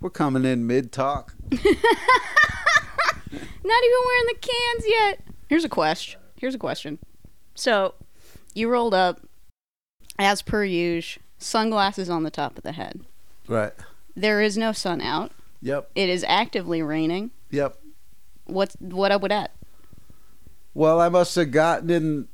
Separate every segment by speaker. Speaker 1: We're coming in mid talk.
Speaker 2: Not even wearing the cans yet. Here's a question. Here's a question. So, you rolled up, as per usual, sunglasses on the top of the head.
Speaker 1: Right.
Speaker 2: There is no sun out.
Speaker 1: Yep.
Speaker 2: It is actively raining.
Speaker 1: Yep.
Speaker 2: What's what up with that?
Speaker 1: Well, I must have gotten in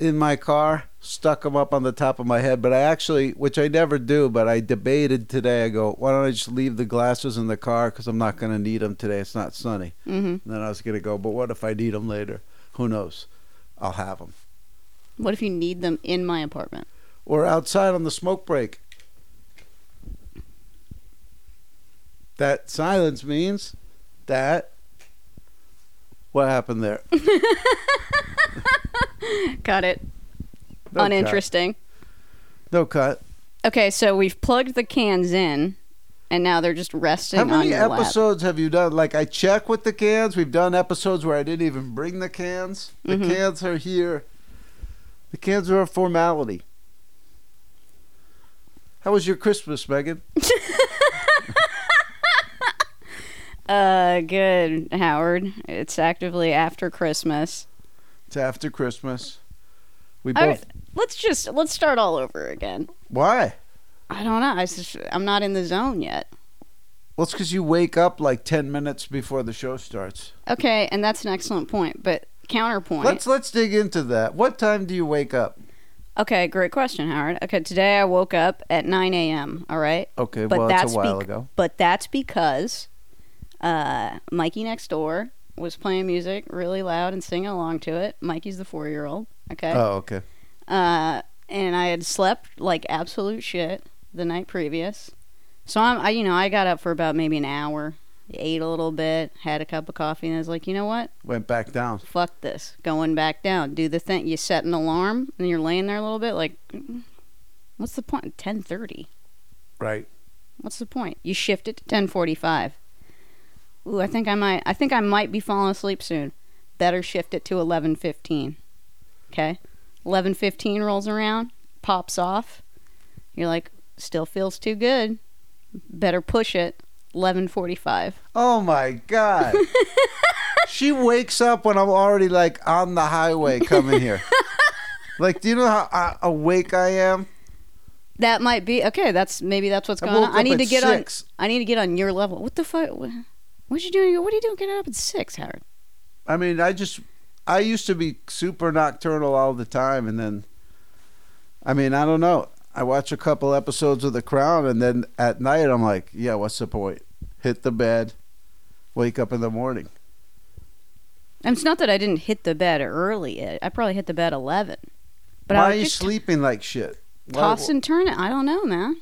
Speaker 1: in my car, stuck them up on the top of my head, but I actually, which I never do, but I debated today. I go, why don't I just leave the glasses in the car because I'm not going to need them today. It's not sunny.
Speaker 2: Mm-hmm.
Speaker 1: And then I was going to go, but what if I need them later? Who knows? I'll have them.
Speaker 2: What if you need them in my apartment?
Speaker 1: Or outside on the smoke break. That silence means that. What happened there?
Speaker 2: Got it.
Speaker 1: No cut.
Speaker 2: Uninteresting.
Speaker 1: No cut.
Speaker 2: Okay, so we've plugged the cans in, and now they're just resting
Speaker 1: How
Speaker 2: on
Speaker 1: many
Speaker 2: your lap.
Speaker 1: episodes have you done? Like I check with the cans. We've done episodes where I didn't even bring the cans. The
Speaker 2: Mhm.
Speaker 1: cans are here. The cans are a formality. How was your Christmas, Megan?
Speaker 2: Uh, good, Howard. It's actively after Christmas.
Speaker 1: It's after Christmas. We both.
Speaker 2: I- let's just let's start all over again.
Speaker 1: Why?
Speaker 2: I don't know. I just, I'm not in the zone yet.
Speaker 1: Well, it's because you wake up like ten minutes before the show starts.
Speaker 2: Okay, and that's an excellent point. But counterpoint.
Speaker 1: Let's let's dig into that. What time do you wake up?
Speaker 2: okay, great question, Howard. Okay, today I woke up at 9 a.m. All right,
Speaker 1: Okay,
Speaker 2: But
Speaker 1: well, it's
Speaker 2: that's
Speaker 1: a while
Speaker 2: bec-
Speaker 1: ago.
Speaker 2: but that's because uh, Mikey next door was playing music really loud and singing along to it. Mikey's the four-year-old. Okay.
Speaker 1: Oh, okay.
Speaker 2: uh, and I had slept like absolute shit the night previous. So I'm, I, you know, I got up for about maybe an hour, ate a little bit, had a cup of coffee, and I was like, you know what?
Speaker 1: Went back down.
Speaker 2: Fuck this. Going back down. Do the thing. You set an alarm, and you're laying there a little bit, like, "Mm, what's the point? Ten thirty.
Speaker 1: Right.
Speaker 2: What's the point? You shift it to ten forty-five. Ooh, I think I might. I think I might be falling asleep soon. Better shift it to eleven fifteen. Okay, eleven fifteen rolls around, pops off. You're like, still feels too good. Better push it. Eleven forty-five.
Speaker 1: Oh my god. she wakes up when I'm already like on the highway coming here. like, do you know how uh, awake I am?
Speaker 2: That might be okay. That's maybe that's what's
Speaker 1: I
Speaker 2: going on.
Speaker 1: woke
Speaker 2: I
Speaker 1: up
Speaker 2: need
Speaker 1: at
Speaker 2: to get
Speaker 1: six.
Speaker 2: on. I need to get on your level. What the fuck? What, what you doing? What are you doing? Getting up at six, Howard?
Speaker 1: I mean, I just I used to be super nocturnal all the time and then I mean, I don't know. I watch a couple episodes of The Crown and then at night I'm like, yeah, what's the point? Hit the bed, wake up in the morning.
Speaker 2: And it's not that I didn't hit the bed early. I I probably hit the bed eleven. But
Speaker 1: Why
Speaker 2: I
Speaker 1: are
Speaker 2: was
Speaker 1: you
Speaker 2: just
Speaker 1: sleeping like shit? Why-
Speaker 2: toss and turn it. I don't know, man.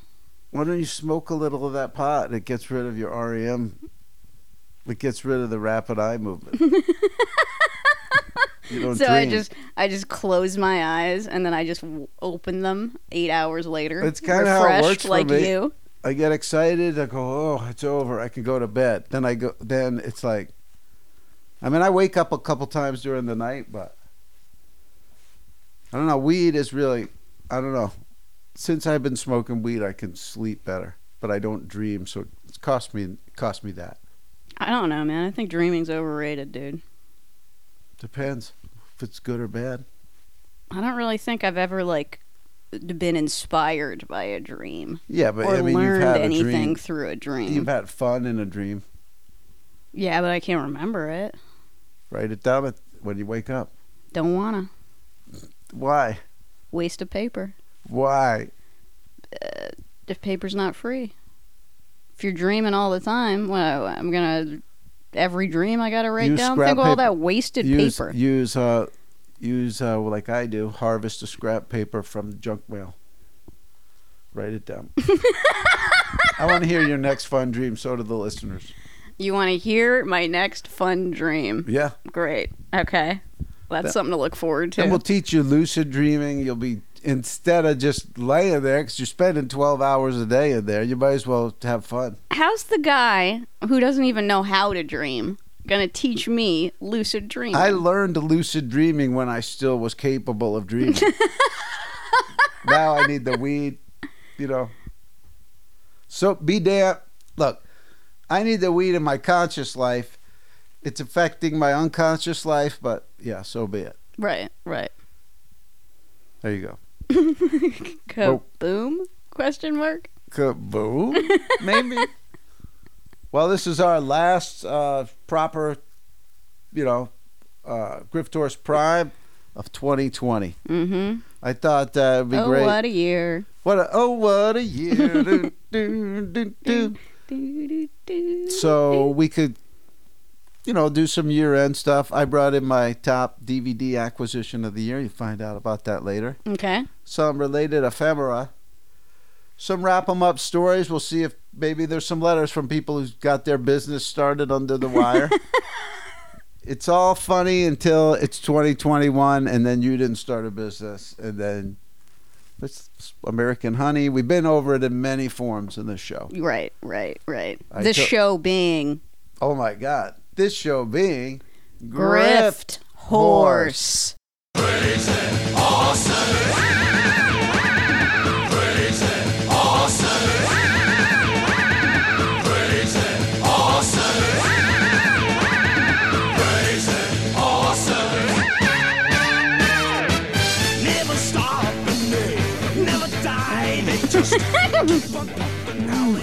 Speaker 1: Why don't you smoke a little of that pot and it gets rid of your REM? It gets rid of the rapid eye movement. you don't
Speaker 2: so
Speaker 1: dream.
Speaker 2: I just I just close my eyes and then I just w- open them eight hours later.
Speaker 1: That's kinda how it
Speaker 2: refreshed
Speaker 1: works for
Speaker 2: like
Speaker 1: me.
Speaker 2: you.
Speaker 1: I get excited. I go, oh, it's over. I can go to bed. Then I go. Then it's like, I mean, I wake up a couple times during the night, but I don't know. Weed is really, I don't know. Since I've been smoking weed, I can sleep better, but I don't dream. So it's cost me cost me that.
Speaker 2: I don't know, man. I think dreaming's overrated, dude.
Speaker 1: Depends if it's good or bad.
Speaker 2: I don't really think I've ever like been inspired by a dream
Speaker 1: Yeah, but I
Speaker 2: or
Speaker 1: mean, you've
Speaker 2: learned
Speaker 1: had a
Speaker 2: anything
Speaker 1: dream.
Speaker 2: through a dream.
Speaker 1: You've had fun in a dream.
Speaker 2: yeah, but I can't remember it.
Speaker 1: Write it down at- when you wake up.
Speaker 2: Don't wanna
Speaker 1: Why?
Speaker 2: waste of paper.
Speaker 1: Why?
Speaker 2: if paper's not free. If you're dreaming all the time, well, I'm gonna every dream I gotta write
Speaker 1: Use
Speaker 2: down.
Speaker 1: scrap
Speaker 2: Think of all
Speaker 1: paper.
Speaker 2: that wasted
Speaker 1: use
Speaker 2: paper.
Speaker 1: use uh, use uh, like I do. Harvest the scrap paper from junk mail. Write it down. I want to hear your next fun dream. So do the listeners.
Speaker 2: You want to hear my next fun dream?
Speaker 1: Yeah,
Speaker 2: Great. Okay, that's
Speaker 1: That-
Speaker 2: something to look forward to.
Speaker 1: and we'll teach you lucid dreaming. You'll be instead of just laying there because you're spending 12 hours a day in there. You might as well have fun.
Speaker 2: How's the guy who doesn't even know how to dream gonna teach me lucid dreaming?
Speaker 1: I learned lucid dreaming when I still was capable of dreaming. now I need the weed, you know. So be damn. Look, I need the weed in my conscious life. It's affecting my unconscious life, but yeah, so be it.
Speaker 2: Right, right.
Speaker 1: There you go. Oh.
Speaker 2: Kaboom? Question mark?
Speaker 1: Kaboom? Maybe. well, this is our last uh, proper, you know, uh, Griftors Prime of 2020.
Speaker 2: Mm-hmm.
Speaker 1: I thought that would be
Speaker 2: Oh,
Speaker 1: great.
Speaker 2: what a year.
Speaker 1: What a, oh, what a year. do, do, do, do.
Speaker 2: Do, do, do.
Speaker 1: So we could, you know, do some year end stuff. I brought in my top DVD acquisition of the year. You find out about that later.
Speaker 2: Okay.
Speaker 1: Some related ephemera. Some wrap 'em up stories. We'll see if maybe there's some letters from people who's got their business started under the wire. it's all funny until it's 2021 and then you didn't start a business and then it's American honey. We've been over it in many forms in this show.
Speaker 2: Right, right, right.
Speaker 1: I
Speaker 2: the
Speaker 1: took-
Speaker 2: show being
Speaker 1: Oh my God. This show being
Speaker 2: Grift Horse.
Speaker 3: Never stop and they never die. They just keep on pumping out.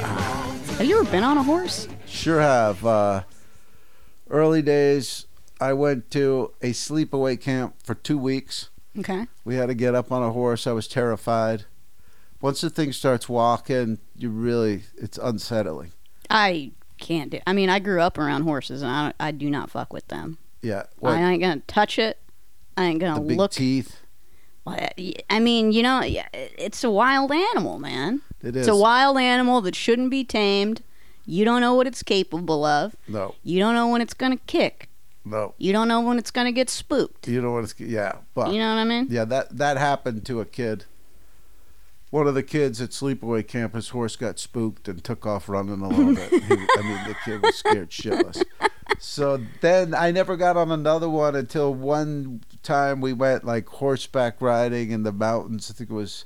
Speaker 2: Have you ever been on a horse?
Speaker 1: Sure have. Uh, early days, I went to a sleepaway camp for two weeks.
Speaker 2: Okay.
Speaker 1: We had to get up on a horse. I was terrified. Once the thing starts walking, you really, it's unsettling.
Speaker 2: I can't do I mean, I grew up around horses and I, don't, I do not fuck with them.
Speaker 1: Yeah. What?
Speaker 2: I ain't going to touch it. I ain't
Speaker 1: the
Speaker 2: going to
Speaker 1: big
Speaker 2: look.
Speaker 1: teeth.
Speaker 2: I mean, you know, yeah, it's a wild animal, man.
Speaker 1: It is.
Speaker 2: It's a wild animal that shouldn't be tamed. You don't know what it's capable of.
Speaker 1: no,
Speaker 2: You don't know when it's going to kick.
Speaker 1: no.
Speaker 2: You don't know when it's going to get spooked.
Speaker 1: You know what it's, yeah. But
Speaker 2: You know what I mean?
Speaker 1: yeah, that, that happened to a kid. One of the kids at sleepaway camp, his horse got spooked and took off running a little bit. He- I mean, the kid was scared shitless. So then I never got on another one until one time we went like horseback riding in the mountains. I think it was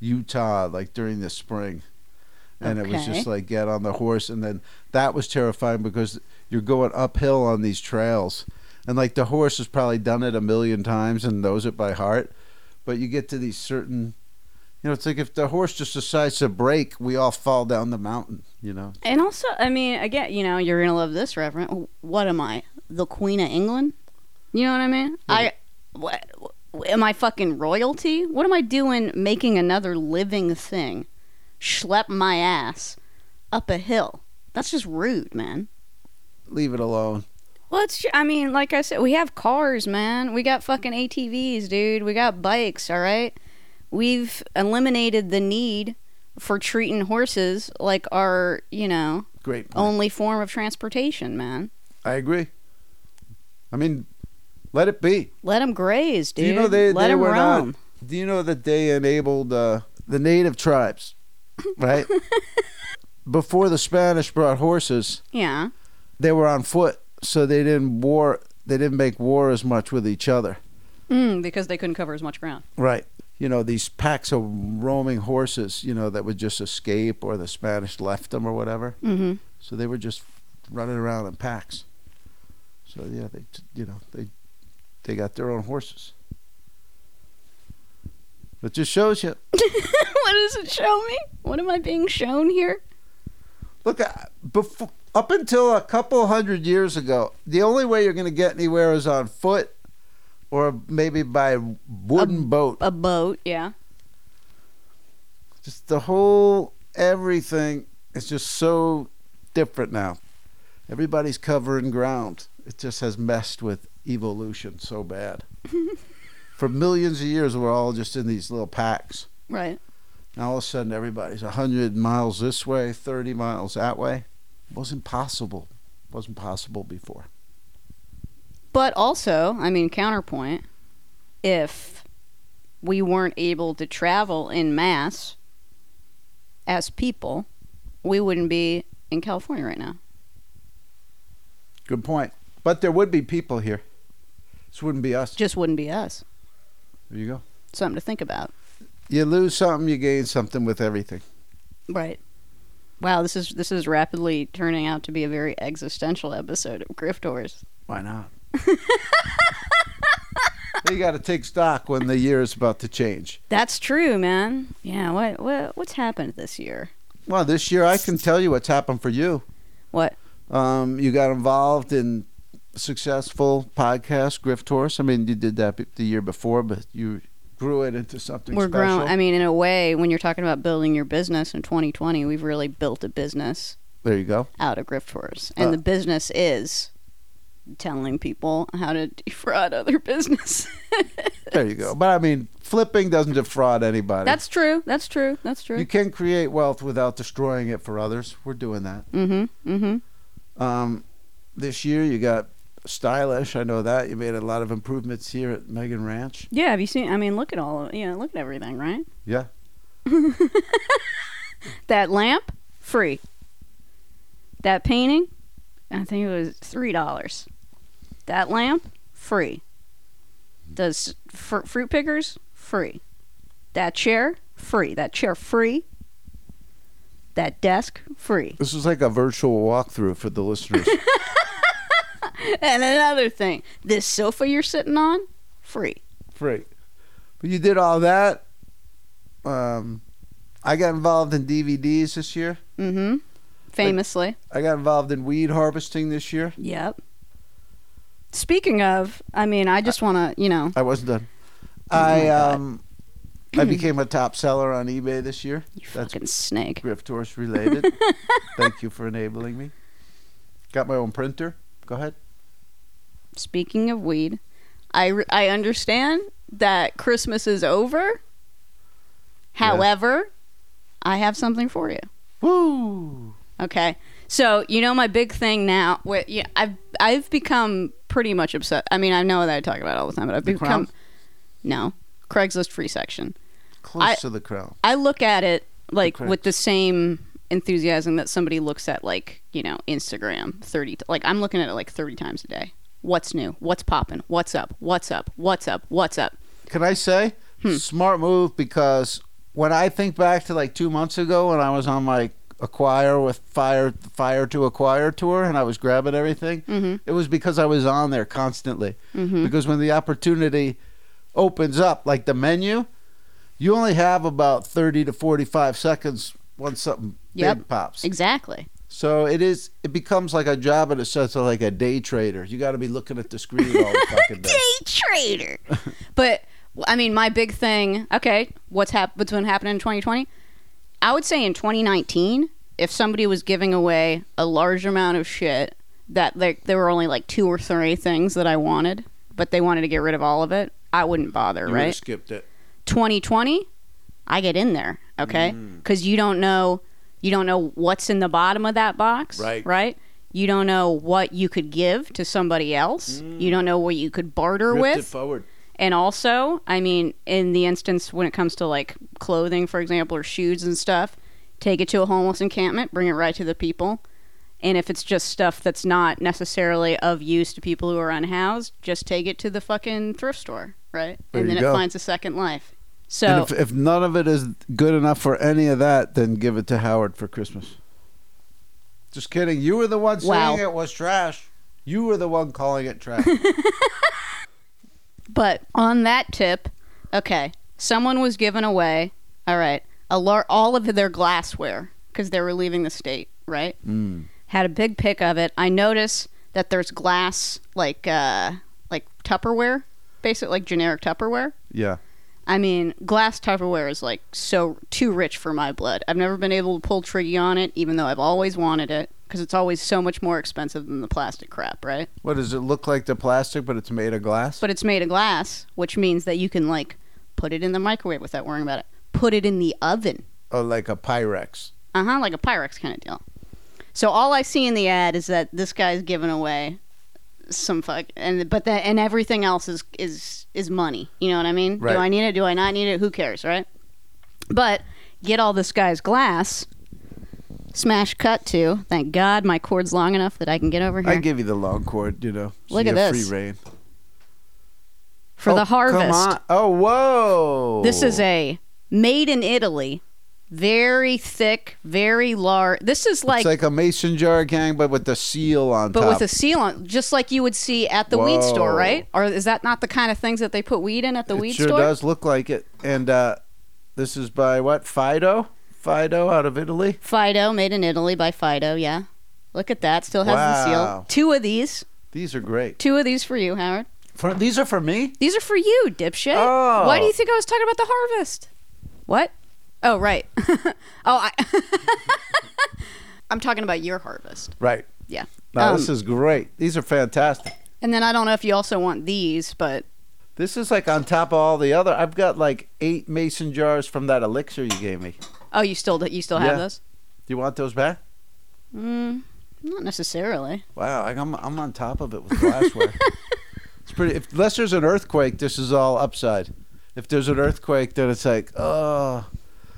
Speaker 1: Utah, like during the spring. And it was
Speaker 2: Okay.
Speaker 1: just like get on the horse. And then that was terrifying because you're going uphill on these trails. And like the horse has probably done it a million times and knows it by heart. But you get to these certain, you know, it's like if the horse just decides to break, we all fall down the mountain, you know?
Speaker 2: And also, I mean, again, you know, you're gonna love this reference. What am I, the Queen of England? You know what I mean? I, what, am I fucking royalty? What am I doing making another living thing, schlep my ass up a hill? That's just rude, man.
Speaker 1: Leave it alone.
Speaker 2: Well, it's, ju- I mean, like I said, we have cars, man. We got fucking ATVs, dude. We got bikes, all right? We've eliminated the need for treating horses like our, you know,
Speaker 1: Great. point.
Speaker 2: only form of transportation, man.
Speaker 1: I agree. I mean, let it be.
Speaker 2: Let them graze,
Speaker 1: Do
Speaker 2: dude.
Speaker 1: you know they-
Speaker 2: Let
Speaker 1: they
Speaker 2: 'em
Speaker 1: were not-
Speaker 2: roam.
Speaker 1: Do you know that they enabled uh, the native tribes, right? Before the Spanish brought horses,
Speaker 2: Yeah.
Speaker 1: they were on foot, so they didn't war. They didn't make war as much with each other,
Speaker 2: Mm, because they couldn't cover as much ground.
Speaker 1: right? You know these packs of roaming horses, you know that would just escape, or the Spanish left them, or whatever.
Speaker 2: Mm-hmm.
Speaker 1: So they were just running around in packs. So yeah, they you know they they got their own horses. But just shows you.
Speaker 2: what does it show me? What am I being shown here?
Speaker 1: Look, before, up until a couple hundred years ago, the only way you're going to get anywhere is on foot, or maybe by wooden boat.
Speaker 2: A boat, yeah.
Speaker 1: just the whole everything is just so different now. Everybody's covering ground. It just has messed with evolution so bad. For millions of years, we're all just in these little packs.
Speaker 2: Right.
Speaker 1: Now all of a sudden, everybody's 100 miles this way, 30 miles that way. Wasn't possible. Wasn't possible before.
Speaker 2: But also, I mean, counterpoint, if we weren't able to travel in mass as people, we wouldn't be in California right now.
Speaker 1: Good point. But there would be people here. This wouldn't be us.
Speaker 2: Just wouldn't be us.
Speaker 1: There you go.
Speaker 2: Something to think about.
Speaker 1: You lose something, you gain something with everything.
Speaker 2: Right. Wow, this is this is rapidly turning out to be a very existential episode of Griftors.
Speaker 1: Why not? you got to take stock when the year is about to change.
Speaker 2: That's true, man. Yeah, what what what's happened this year?
Speaker 1: Well, this year I can tell you what's happened for you.
Speaker 2: What?
Speaker 1: Um, you got involved in successful podcast Grift Horse. I mean, you did that b- the year before, but you grew it into something
Speaker 2: We're
Speaker 1: special.
Speaker 2: grown. I mean, in a way, when you're talking about building your business in 2020, we've really built a business
Speaker 1: there you go.
Speaker 2: out of grift tours, and
Speaker 1: Uh.
Speaker 2: the business is telling people how to defraud other businesses.
Speaker 1: There you go. But I mean, flipping doesn't defraud anybody.
Speaker 2: That's true. That's true. That's
Speaker 1: you
Speaker 2: true.
Speaker 1: can create wealth without destroying it for others. We're doing that.
Speaker 2: Mm-hmm. Mm-hmm.
Speaker 1: Um, this year you got stylish. I know that you made a lot of improvements here at Megan Ranch.
Speaker 2: Yeah. Have you seen? I mean, look at all. Of, yeah. Look at everything. Right.
Speaker 1: Yeah,
Speaker 2: That lamp, free. That painting, I think it was three dollars. That lamp, free. Those fr- fruit pickers, free. That chair, free. That chair, free. That desk, free.
Speaker 1: this was like a virtual walkthrough for the listeners.
Speaker 2: And another thing, this sofa you're sitting on, free.
Speaker 1: Free, but you did all that. Um, I got involved in DVDs this year.
Speaker 2: Mm-hmm. Famously.
Speaker 1: I got involved in weed harvesting this year.
Speaker 2: Yep. Speaking of, I mean, I
Speaker 1: Uh,
Speaker 2: just want to, you know,
Speaker 1: I wasn't done.
Speaker 2: Oh my
Speaker 1: I
Speaker 2: God.
Speaker 1: um, I became a top seller on eBay this year.
Speaker 2: you
Speaker 1: That's
Speaker 2: fucking snake.
Speaker 1: Grift horse related. Thank you for enabling me. Got my own printer. Go ahead.
Speaker 2: Speaking of weed, I, re- I understand that Christmas is over. However, I have something for you.
Speaker 1: Woo!
Speaker 2: Okay. So, you know my big thing now, where, yeah, I've I've become pretty much obsessed. I mean, I know that I talk about it all the time, but I've
Speaker 1: The
Speaker 2: become
Speaker 1: Crown?
Speaker 2: No. Craigslist free section.
Speaker 1: Close
Speaker 2: I-
Speaker 1: to the crown.
Speaker 2: I look at it like
Speaker 1: Correct.
Speaker 2: with the same enthusiasm that somebody looks at like you know Instagram thirty. T- like I'm looking at it like thirty times a day. What's new? What's popping? What's up? What's up? What's up? What's up?
Speaker 1: Can I say
Speaker 2: Hmm.
Speaker 1: smart move because when I think back to like two months ago when I was on my acquire with fire fire to acquire tour and I was grabbing everything,
Speaker 2: Mm-hmm.
Speaker 1: it was because I was on there constantly. Because when the opportunity opens up, like the menu, you only have about thirty to forty five seconds once something big
Speaker 2: Yep.
Speaker 1: pops.
Speaker 2: Exactly.
Speaker 1: So it is. It becomes like a job in a sense of like a day trader. You got to be looking at the screen all the fucking day.
Speaker 2: Day trader. but I mean, my big thing. Okay, what's hap- What's been happening in 2020? I would say in 2019, if somebody was giving away a large amount of shit that like there were only like two or three things that I wanted, but they wanted to get rid of all of it, I wouldn't bother.
Speaker 1: You would
Speaker 2: right?
Speaker 1: have skipped it.
Speaker 2: 2020 i get in there okay
Speaker 1: Mm.
Speaker 2: because you don't know you don't know what's in the bottom of that box
Speaker 1: Right.
Speaker 2: right you don't know what you could give to somebody else
Speaker 1: Mm.
Speaker 2: you don't know what you could barter
Speaker 1: Ripped it
Speaker 2: with
Speaker 1: forward.
Speaker 2: and also i mean in the instance when it comes to like clothing for example or shoes and stuff take it to a homeless encampment bring it right to the people and if it's just stuff that's not necessarily of use to people who are unhoused just take it to the fucking thrift store right
Speaker 1: There
Speaker 2: and
Speaker 1: you
Speaker 2: then
Speaker 1: go.
Speaker 2: it finds a second life so
Speaker 1: and if, if none of it is good enough for any of that, then give it to Howard for Christmas. Just kidding. You were the one
Speaker 2: Wow.
Speaker 1: saying it was trash. You were the one calling it trash.
Speaker 2: But on that tip, okay, someone was giving away, all right, a lar- all of their glassware because they were leaving the state, right?
Speaker 1: mm.
Speaker 2: Had a big pick of it. I notice that there's glass like uh like Tupperware, basic like generic Tupperware.
Speaker 1: Yeah.
Speaker 2: I mean, glass Tupperware is like so too rich for my blood. I've never been able to pull triggy on it, even though I've always wanted it because it's always so much more expensive than the plastic crap, right?
Speaker 1: What does it look like? The plastic, but it's made of glass.
Speaker 2: but it's made of glass, which means that you can like put it in the microwave without worrying about it. Put it in the oven,
Speaker 1: oh, like a Pyrex.
Speaker 2: uh huh, like a Pyrex kind of deal. So all I see in the ad is that this guy's giving away some fuck, and but that and everything else is is is money. You know what I mean?
Speaker 1: Right.
Speaker 2: Do I need it? Do I not need it? Who cares, right? But get all this guy's glass. Smash cut to. Thank God my cord's long enough that I can get over here
Speaker 1: I give you the long cord. You know. so
Speaker 2: Look
Speaker 1: you
Speaker 2: at
Speaker 1: have
Speaker 2: this.
Speaker 1: Free reign
Speaker 2: for
Speaker 1: Oh,
Speaker 2: the
Speaker 1: Come
Speaker 2: harvest.
Speaker 1: on. Oh, whoa.
Speaker 2: This is a made in Italy Very thick, very large. This is like,
Speaker 1: it's like a mason jar gang, but with the seal on
Speaker 2: but
Speaker 1: top.
Speaker 2: with a seal on, just like you would see at the weed store,
Speaker 1: Whoa.
Speaker 2: right? Or is that not the kind of things that they put weed in at the
Speaker 1: it
Speaker 2: weed
Speaker 1: sure
Speaker 2: store?
Speaker 1: does look like it. And uh, this is by what? Fido? Fido out of Italy?
Speaker 2: Fido, made in Italy by Fido. Yeah, look at that. Still has the seal.
Speaker 1: Wow.
Speaker 2: Two of these.
Speaker 1: These are great.
Speaker 2: Two of these for you, Howard.
Speaker 1: For, these are for me?
Speaker 2: These are for you, dipshit.
Speaker 1: Oh.
Speaker 2: Why do you think I was talking about the harvest? What? Oh, right. oh, I. I'm talking about your harvest.
Speaker 1: Right.
Speaker 2: Yeah.
Speaker 1: Now,
Speaker 2: Um,
Speaker 1: this is great. These are fantastic.
Speaker 2: And then I don't know if you also want these, but
Speaker 1: This is like on top of all the other. I've got like eight mason jars from that elixir you gave me. Do
Speaker 2: oh, you still you still have
Speaker 1: Yeah.
Speaker 2: those?
Speaker 1: you want those back?
Speaker 2: Mm, not necessarily.
Speaker 1: Wow, I- I'm I'm on top of it with glassware. it's pretty. If, unless there's an earthquake, this is all upside. If there's an earthquake, then it's like oh,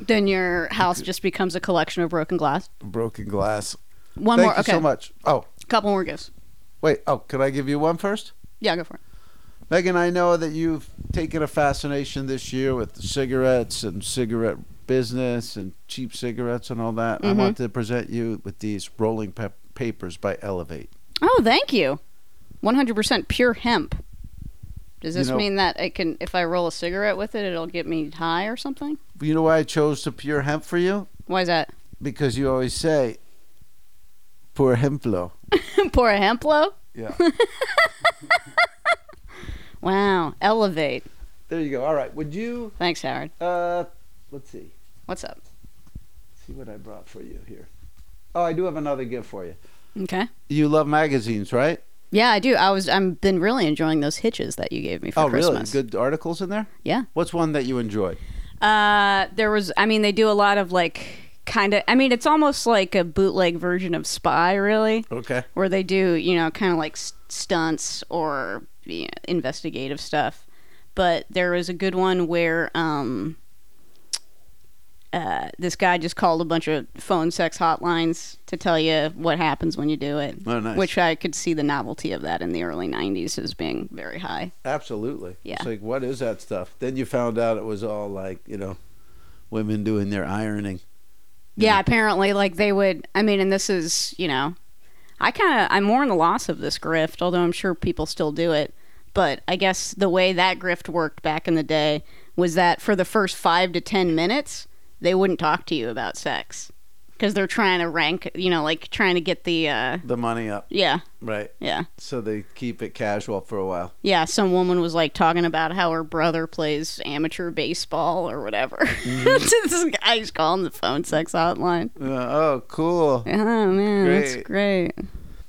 Speaker 2: Then your house just becomes a collection of broken glass.
Speaker 1: broken glass.
Speaker 2: One
Speaker 1: Thank
Speaker 2: more.
Speaker 1: you
Speaker 2: okay.
Speaker 1: so much. Oh
Speaker 2: Couple more gifts.
Speaker 1: wait. Oh, can I give you one first?
Speaker 2: Yeah, go for it.
Speaker 1: Megan, I know that you've taken a fascination this year with cigarettes and cigarette business and cheap cigarettes and all that.
Speaker 2: Mhm.
Speaker 1: I want to present you with these rolling pap papers by Elevate.
Speaker 2: Oh, thank you. 100% pure hemp. Does
Speaker 1: You
Speaker 2: this
Speaker 1: know-
Speaker 2: mean that I can, if I roll a cigarette with it, it'll get me high or something?
Speaker 1: You know why I chose to pure hemp for you?
Speaker 2: Why is that?
Speaker 1: Because you always say, "Poor hemp flow."
Speaker 2: Pour a hemplo?
Speaker 1: Yeah.
Speaker 2: Wow. Elevate.
Speaker 1: There you go. All right. Would you?
Speaker 2: Thanks, Howard.
Speaker 1: Uh, let's see.
Speaker 2: What's up?
Speaker 1: see what I brought for you here. Oh, I do have another gift for you.
Speaker 2: Okay.
Speaker 1: You love magazines, right?
Speaker 2: Yeah, I do. I was. I've been really enjoying those hitches that you gave me for
Speaker 1: oh,
Speaker 2: Christmas.
Speaker 1: really? Good articles in there.
Speaker 2: Yeah.
Speaker 1: What's one that you enjoyed?
Speaker 2: Uh, there was. I mean, they do a lot of like kind of. I mean, it's almost like a bootleg version of Spy, really.
Speaker 1: Okay.
Speaker 2: where they do you know kind of like s- stunts or you know, investigative stuff but there was a good one where um uh, this guy just called a bunch of phone sex hotlines to tell you what happens when you do it
Speaker 1: Oh, nice.
Speaker 2: which i could see the novelty of that in the early 90s as being very high
Speaker 1: Absolutely.
Speaker 2: Yeah.
Speaker 1: It's like, what is that stuff? Then you found out it was all like, you know, women doing their ironing.
Speaker 2: yeah, apparently like they would i mean and this is you know i kind of i mourn the loss of this grift although i'm sure people still do it but i guess the way that grift worked back in the day was that for the first five to ten minutes they wouldn't talk to you about sex because they're trying to rank you know like trying to get the uh
Speaker 1: The money up,
Speaker 2: yeah
Speaker 1: right?
Speaker 2: yeah
Speaker 1: So they keep it casual for a while.
Speaker 2: yeah some woman was like talking about how her brother plays amateur baseball or whatever this guy's calling the phone sex hotline
Speaker 1: Uh, oh, cool.
Speaker 2: Oh man, that's
Speaker 1: Great.
Speaker 2: great.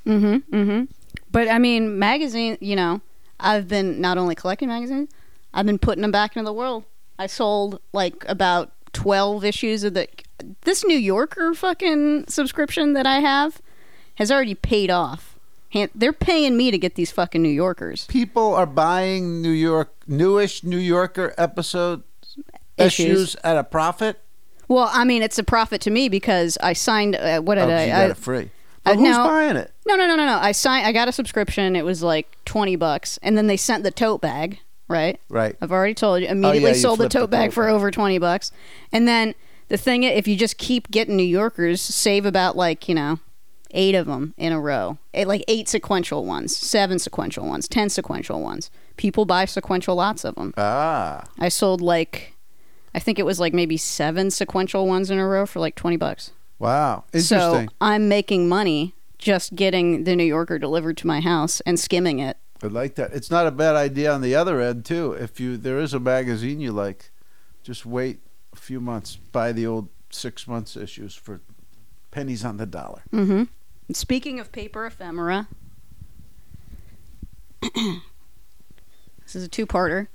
Speaker 2: Mhm, mhm. But I mean, magazine. You know, I've been not only collecting magazines, I've been putting them back into the world. I sold like about twelve issues of the this New Yorker fucking subscription that I have has already paid off. Han- They're paying me to get these fucking New Yorkers
Speaker 1: People are buying New York newish New Yorker episode
Speaker 2: issues.
Speaker 1: issues at a profit.
Speaker 2: Well, I mean, it's a profit to me because I signed. Uh, what did
Speaker 1: oh, 'cause
Speaker 2: I?
Speaker 1: you got
Speaker 2: I-
Speaker 1: it free.
Speaker 2: I-
Speaker 1: But who's
Speaker 2: no.
Speaker 1: buying it?
Speaker 2: No, no, no, no, no. I signed. I got a subscription. It was like twenty bucks, and then they sent the tote bag. Right.
Speaker 1: Right.
Speaker 2: I've already told you. Immediately
Speaker 1: Oh, you
Speaker 2: sold the
Speaker 1: flipped the
Speaker 2: tote bag
Speaker 1: tote
Speaker 2: for
Speaker 1: bag.
Speaker 2: over twenty bucks, and then the thing i- if you just keep getting New Yorkers, save about like you know eight of them in a row, Eight- like eight sequential ones, seven sequential ones, ten sequential ones. People buy sequential lots of them.
Speaker 1: Ah,
Speaker 2: I sold like. I think it was like maybe seven sequential ones in a row for like 20 bucks.
Speaker 1: wow.
Speaker 2: So
Speaker 1: Interesting.
Speaker 2: I'm making money just getting the New Yorker delivered to my house and skimming it.
Speaker 1: I like that. It's not a bad idea on the other end too. If you there is a magazine you like, just wait a few months. Buy the old six months issues for pennies on the dollar.
Speaker 2: Mm-hmm. Speaking of paper ephemera, this is a two-parter.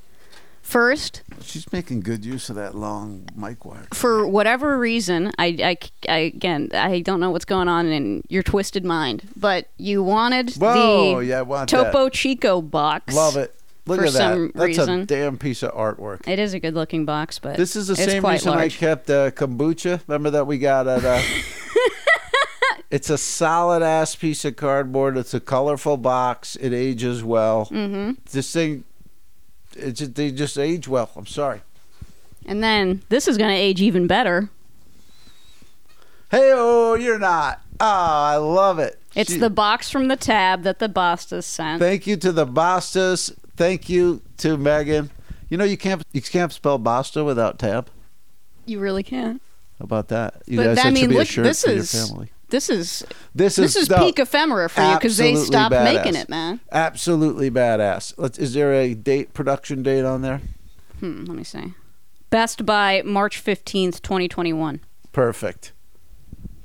Speaker 2: First,
Speaker 1: She's making good use of that long mic wire.
Speaker 2: for whatever reason, I, I, I again, I don't know what's going on in your twisted mind, but you wanted
Speaker 1: Whoa,
Speaker 2: the
Speaker 1: yeah, I want
Speaker 2: Topo Chico box.
Speaker 1: that. Love it. Look
Speaker 2: for
Speaker 1: at that.
Speaker 2: some
Speaker 1: That's
Speaker 2: reason.
Speaker 1: a damn piece of artwork.
Speaker 2: It is a good-looking box, but
Speaker 1: This is the
Speaker 2: it's
Speaker 1: same
Speaker 2: quite
Speaker 1: reason I
Speaker 2: large.
Speaker 1: kept uh, kombucha. Remember that we got at. Uh, it's a solid ass piece of cardboard. It's a colorful box. It ages well.
Speaker 2: Mm-hmm.
Speaker 1: This thing, it just, they just age well. I'm sorry.
Speaker 2: And then this is going to age even better
Speaker 1: Hey, oh, you're not. Oh, I love it.
Speaker 2: It's
Speaker 1: She-
Speaker 2: the box from the tab that the Bostas sent.
Speaker 1: Thank you to the Bostas. Thank you to Megan. You know you can't you can't spell Basta without tab.
Speaker 2: you really can't.
Speaker 1: How about that? You
Speaker 2: But
Speaker 1: guys,
Speaker 2: I
Speaker 1: that should
Speaker 2: mean,
Speaker 1: be a
Speaker 2: look,
Speaker 1: shirt
Speaker 2: this
Speaker 1: for
Speaker 2: is-
Speaker 1: your family.
Speaker 2: This is
Speaker 1: This is
Speaker 2: this is
Speaker 1: the-
Speaker 2: peak ephemera for you because they
Speaker 1: absolutely
Speaker 2: stopped making
Speaker 1: badass.
Speaker 2: it, man.
Speaker 1: Absolutely badass. Let's, is there a date production date on there?
Speaker 2: Hmm, let me see. Best by March fifteenth, twenty twenty one.
Speaker 1: Perfect.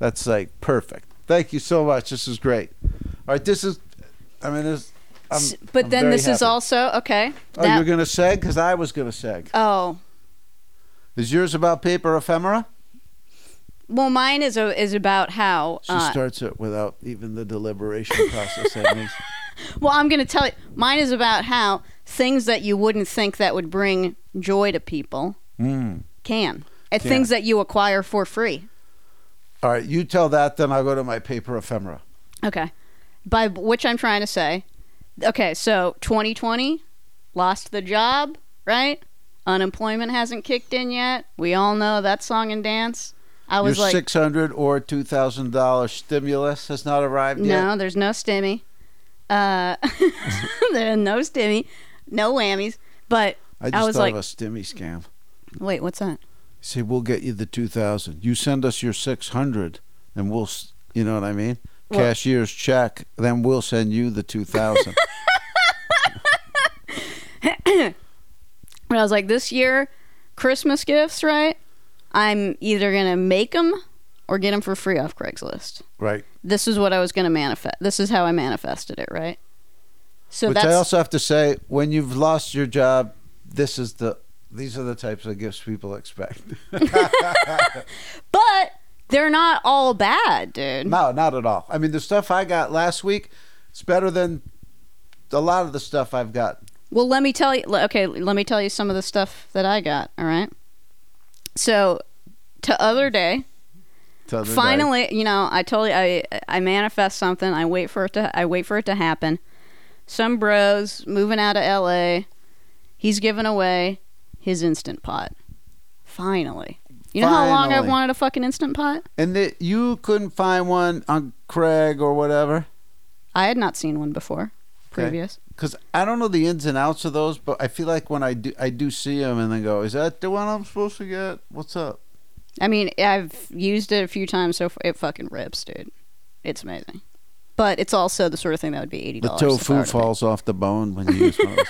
Speaker 1: That's like perfect. Thank you so much. This is great. All right, this is. I mean, this. I'm,
Speaker 2: But
Speaker 1: I'm
Speaker 2: then
Speaker 1: very
Speaker 2: this is
Speaker 1: happy.
Speaker 2: also okay.
Speaker 1: Oh, you're gonna seg? Because I was gonna seg.
Speaker 2: oh,
Speaker 1: Is yours about paper ephemera?
Speaker 2: well, mine is a, is about how.
Speaker 1: She
Speaker 2: Uh,
Speaker 1: starts it without even the deliberation process. That means
Speaker 2: well, I'm going to tell you. Mine is about how things that you wouldn't think that would bring joy to people
Speaker 1: Mm.
Speaker 2: can. It's things that you acquire for free.
Speaker 1: All right, you tell that, then I'll go to my paper ephemera.
Speaker 2: Okay. By b- which I'm trying to say, okay, so 2020, lost the job, right? Unemployment hasn't kicked in yet. We all know that song and dance. I was
Speaker 1: Your
Speaker 2: like,
Speaker 1: six hundred or two thousand dollar stimulus has not arrived
Speaker 2: no,
Speaker 1: yet.
Speaker 2: there's no stimmy. Uh, there are no stimmy, no whammies. But
Speaker 1: I just
Speaker 2: I was
Speaker 1: thought
Speaker 2: like,
Speaker 1: of a stimmy scam.
Speaker 2: wait, what's that?
Speaker 1: Say we'll get you the two thousand. You send us your six hundred, and we'll, s- you know what I mean?
Speaker 2: Well-
Speaker 1: Cashier's check. Then we'll send you the two thousand.
Speaker 2: And I was like, this year, Christmas gifts, right? I'm either going to make them or get them for free off Craigslist.
Speaker 1: right.
Speaker 2: This is what I was going to manifest. This is how I manifested it, right? So
Speaker 1: Which I
Speaker 2: that's
Speaker 1: also have to say, when you've lost your job, this is the these are the types of gifts people expect.
Speaker 2: but they're not all bad, dude.
Speaker 1: No, not at all. I mean, the stuff I got last week, it's better than a lot of the stuff I've got.
Speaker 2: Well, let me tell you. le- Okay, let me tell you some of the stuff that I got. All right. So, to other day,
Speaker 1: the other day.
Speaker 2: finally, you know, I told you I I manifest something. I wait for it to I wait for it to happen. Some bros moving out of L.A. He's giving away his instant pot. Finally, you know how long I've
Speaker 1: Finally.
Speaker 2: wanted a fucking instant pot.
Speaker 1: and that you couldn't find one on Craig or whatever,
Speaker 2: I had not seen one before.
Speaker 1: Okay.
Speaker 2: Previous.
Speaker 1: because I don't know the ins and outs of those. But I feel like when I do, I do see them and then go, "Is that the one I'm supposed to get? What's up?"
Speaker 2: I mean, I've used it a few times, so f- it fucking rips, dude. It's amazing. But it's also Oh, the sort of thing that would be eighty
Speaker 1: The
Speaker 2: dollars.
Speaker 1: tofu falls off the bone when you use one. of those.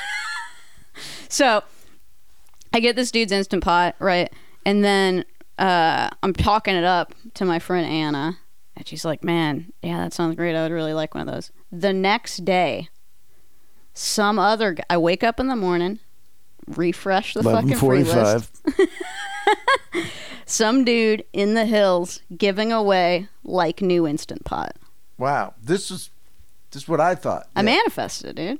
Speaker 2: So I get this dude's instant pot, right? And then uh, I'm talking it up to my friend Anna, and she's like, "Man, yeah, that sounds great. I would really like one of those." The next day, some other guy, I wake up in the morning, refresh the fucking free list. Some dude in the hills giving away like new instant pot.
Speaker 1: Wow, this is this is what I thought.
Speaker 2: I
Speaker 1: Yeah.
Speaker 2: manifested, dude.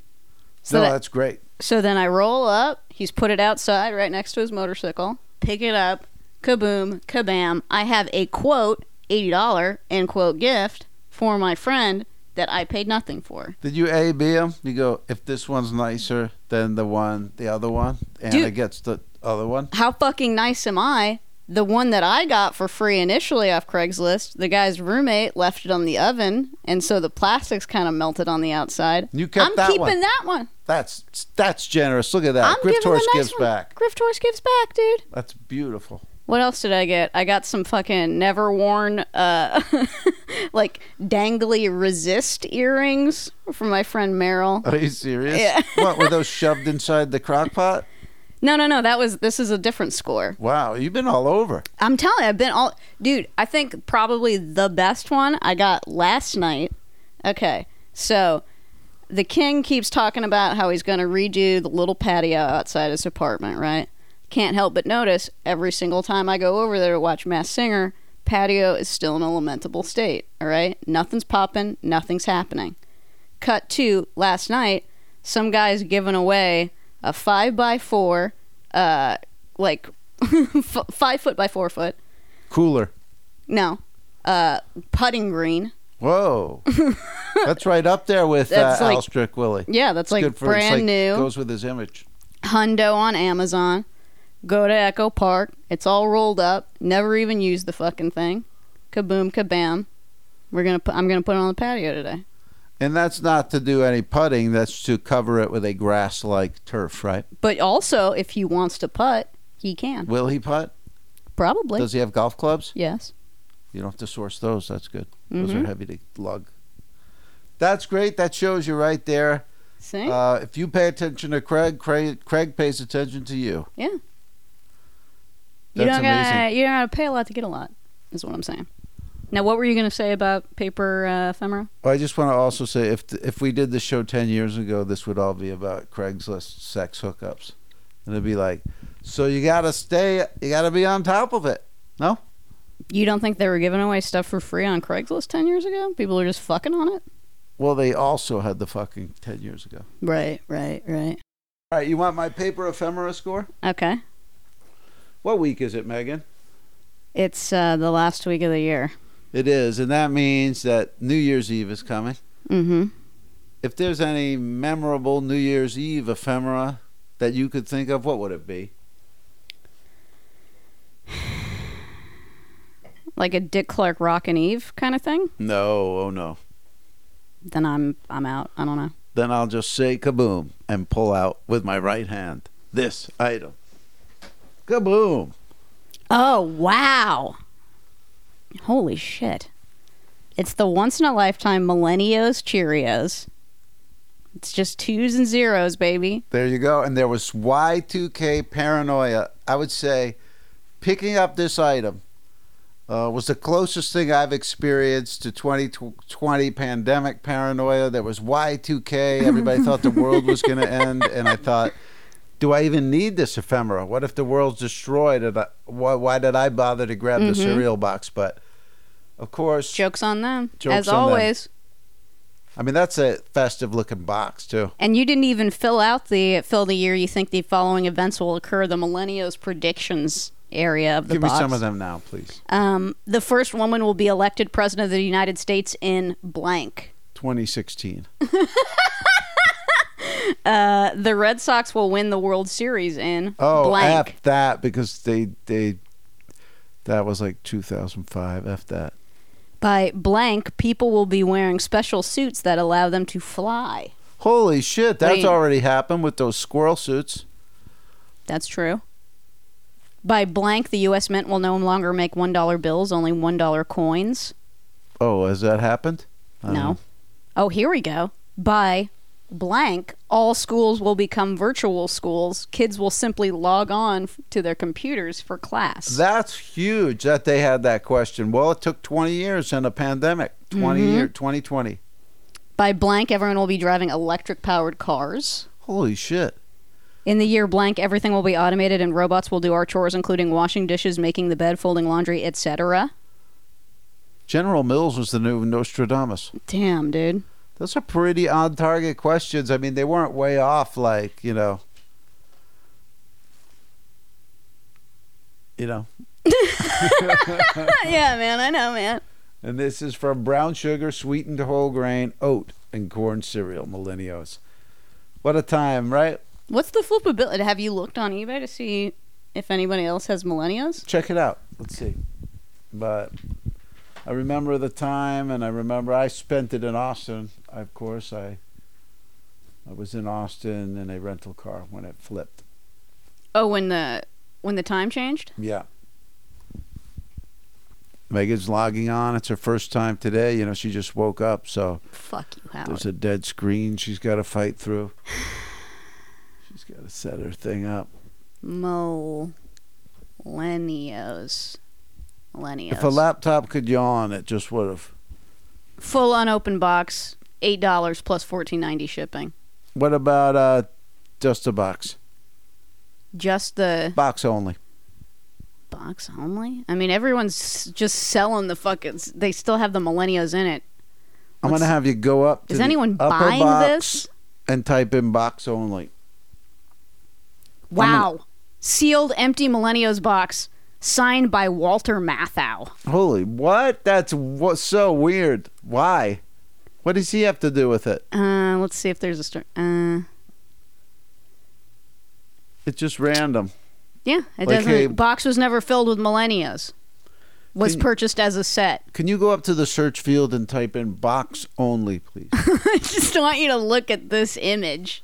Speaker 2: So,
Speaker 1: no,
Speaker 2: that-
Speaker 1: that's great.
Speaker 2: so then I roll up. He's put it outside right next to his motorcycle. Pick it up. Kaboom. Kabam. I have a quote, $80 end quote gift for my friend that I paid nothing for.
Speaker 1: Did you A B them? You go if this one's nicer than the one, the other one, and it
Speaker 2: Dude.
Speaker 1: gets the other one.
Speaker 2: How fucking nice am I? The one that I got for free initially off Craigslist, the guy's roommate left it on the oven, and so the plastics kind of melted on the outside.
Speaker 1: You kept
Speaker 2: I'm
Speaker 1: that
Speaker 2: keeping
Speaker 1: one.
Speaker 2: that one.
Speaker 1: That's that's generous. Look at that.
Speaker 2: I'm
Speaker 1: Griff
Speaker 2: giving
Speaker 1: Torch
Speaker 2: the nice
Speaker 1: gives
Speaker 2: one.
Speaker 1: back.
Speaker 2: Griff Torch gives back, dude.
Speaker 1: That's beautiful.
Speaker 2: What else did I get? I got some fucking never worn, uh, like dangly resist earrings from my friend Meryl.
Speaker 1: Are you serious?
Speaker 2: Yeah.
Speaker 1: what were those shoved inside the crock pot?
Speaker 2: No, no, no. That was this is a different score.
Speaker 1: Wow, you've been all over.
Speaker 2: I'm telling you, I've been all dude. I think probably the best one I got last night. Okay, so the king keeps talking about how he's going to redo the little patio outside his apartment. Right? Can't help but notice every single time I go over there to watch Mass Singer, patio is still in a lamentable state. All right, nothing's popping, nothing's happening. Cut to last night. Some guy's giving away a five by four, uh, like f- five foot by four foot.
Speaker 1: Cooler.
Speaker 2: No, uh, putting green.
Speaker 1: Whoa. that's right up there with uh,
Speaker 2: That's like-
Speaker 1: Alstrick Willie.
Speaker 2: Yeah, that's like
Speaker 1: Good for it's like
Speaker 2: brand new.
Speaker 1: Goes with his image.
Speaker 2: Hundo on Amazon. Go to Echo Park. It's all rolled up. Never even used the fucking thing. kaboom, kabam. We're gonna put. I'm gonna put it on the patio today.
Speaker 1: And that's not to do any putting, that's to cover it with a grass like turf, right?
Speaker 2: But also, if he wants to putt, he can.
Speaker 1: Will he putt?
Speaker 2: Probably.
Speaker 1: Does he have golf clubs?
Speaker 2: yes.
Speaker 1: You don't have to source those. That's good. Those
Speaker 2: Mhm.
Speaker 1: are heavy to lug. That's great. That shows you right there.
Speaker 2: See.
Speaker 1: Uh, if you pay attention to Craig, Craig, Craig pays attention to you.
Speaker 2: yeah. You
Speaker 1: That's
Speaker 2: don't
Speaker 1: amazing.
Speaker 2: gotta. You don't gotta pay a lot to get a lot. Is what I'm saying. Now, what were you gonna say about paper uh, ephemera?
Speaker 1: Well, I just want to also say if if we did the show ten years ago, this would all be about Craigslist sex hookups, and it'd be like, so you gotta stay, you gotta be on top of it. No,
Speaker 2: You don't think they were giving away stuff for free on Craigslist ten years ago? People were just fucking on it.
Speaker 1: well, they also had the fucking ten years ago.
Speaker 2: Right. Right. Right.
Speaker 1: All right, you want my paper ephemera score?
Speaker 2: Okay.
Speaker 1: What week is it, Megan?
Speaker 2: It's uh, the last week of the year.
Speaker 1: It is, and that means that New Year's Eve is coming.
Speaker 2: Mm-hmm.
Speaker 1: If there's any memorable New Year's Eve ephemera that you could think of, what would it be?
Speaker 2: Like a Dick Clark Rock and Eve kind of thing.
Speaker 1: No, oh no.
Speaker 2: Then I'm I'm out. I don't know.
Speaker 1: then I'll just say kaboom and pull out with my right hand this item. Kaboom.
Speaker 2: Oh wow! Holy shit! It's the once in a lifetime millennials Cheerios. It's just twos and zeros, baby.
Speaker 1: There you go. And there was Y2K paranoia. I would say picking up this item uh, was the closest thing I've experienced to 2020 pandemic paranoia. There was Y2K. Everybody thought the world was going to end. And I thought, do I even need this ephemera? What if the world's destroyed? And I, why, why did I bother to grab the
Speaker 2: Mhm.
Speaker 1: cereal box? But of course,
Speaker 2: Jokes on them,
Speaker 1: Jokes
Speaker 2: as
Speaker 1: on them.
Speaker 2: always.
Speaker 1: I mean, that's a festive looking box, too.
Speaker 2: And you didn't even fill out the fill the year you think the following events will occur. The millennials predictions area of the
Speaker 1: Give
Speaker 2: box.
Speaker 1: me some of them now, please.
Speaker 2: Um, the first woman will be elected president of the United States in blank.
Speaker 1: 2016.
Speaker 2: Uh, the Red Sox will win the World Series in
Speaker 1: Oh,
Speaker 2: blank.
Speaker 1: F that because they, they, that was like 2005. F that.
Speaker 2: By blank, people will be wearing special suits that allow them to fly.
Speaker 1: Holy shit, that's
Speaker 2: Wait.
Speaker 1: already happened with those squirrel suits.
Speaker 2: That's true. By blank, the U.S. Mint will no longer make $1 bills, only $1 coins.
Speaker 1: Oh, has that happened? I don't
Speaker 2: No.
Speaker 1: know.
Speaker 2: Oh, here we go. By blank, all schools will become virtual schools. Kids will simply log on f- to their computers for class.
Speaker 1: That's huge that they had that question. Well, it took 20 years and a pandemic. 20 year, 2020.
Speaker 2: By blank, everyone will be driving electric powered cars.
Speaker 1: Holy shit.
Speaker 2: In the year blank, everything will be automated and robots will do our chores, including washing dishes, making the bed, folding laundry, etc.
Speaker 1: General Mills was the new Nostradamus.
Speaker 2: Damn, dude.
Speaker 1: Those are pretty on target questions. I mean, they weren't way off, like, you know. You know.
Speaker 2: yeah, man, I know, man.
Speaker 1: And this is from brown sugar, sweetened whole grain, oat, and corn cereal, millennials. What a time, right?
Speaker 2: What's the flippability? Have you looked on eBay to see if anybody else has millennials?
Speaker 1: Check it out. Let's see. But I remember the time, and I remember I spent it in Austin. Of course, I I was in Austin in a rental car when it flipped.
Speaker 2: Oh, when the when the time changed?
Speaker 1: Yeah. Megan's logging on. It's her first time today. You know, she just woke up, so
Speaker 2: Fuck you,
Speaker 1: there's
Speaker 2: Howard.
Speaker 1: a dead screen she's got to fight through. She's got to set her thing up.
Speaker 2: Millennials. Millennials.
Speaker 1: If a laptop could yawn, it just would have.
Speaker 2: Full unopened box, eight dollars plus fourteen ninety shipping.
Speaker 1: What about uh, just a box?
Speaker 2: Just the
Speaker 1: Box only.
Speaker 2: box only. I mean, everyone's s- just selling the fucking. s- They still have the millennials in it.
Speaker 1: I'm
Speaker 2: Let's-
Speaker 1: gonna have you go up. To
Speaker 2: Is
Speaker 1: the
Speaker 2: anyone
Speaker 1: upper
Speaker 2: buying
Speaker 1: box
Speaker 2: this?
Speaker 1: And type in box only.
Speaker 2: Wow. Sealed empty millennials box signed by Walter Matthau.
Speaker 1: Holy what? That's what so weird. Why? What does he have to do with it?
Speaker 2: Uh, let's see if there's a story. Uh,
Speaker 1: It's just random.
Speaker 2: yeah, it
Speaker 1: Like
Speaker 2: doesn't.
Speaker 1: a-
Speaker 2: box was never filled with millennials. was
Speaker 1: Can-
Speaker 2: purchased as a set.
Speaker 1: Can you go up to the search field and type in box only, please?
Speaker 2: I just want you to look at this image.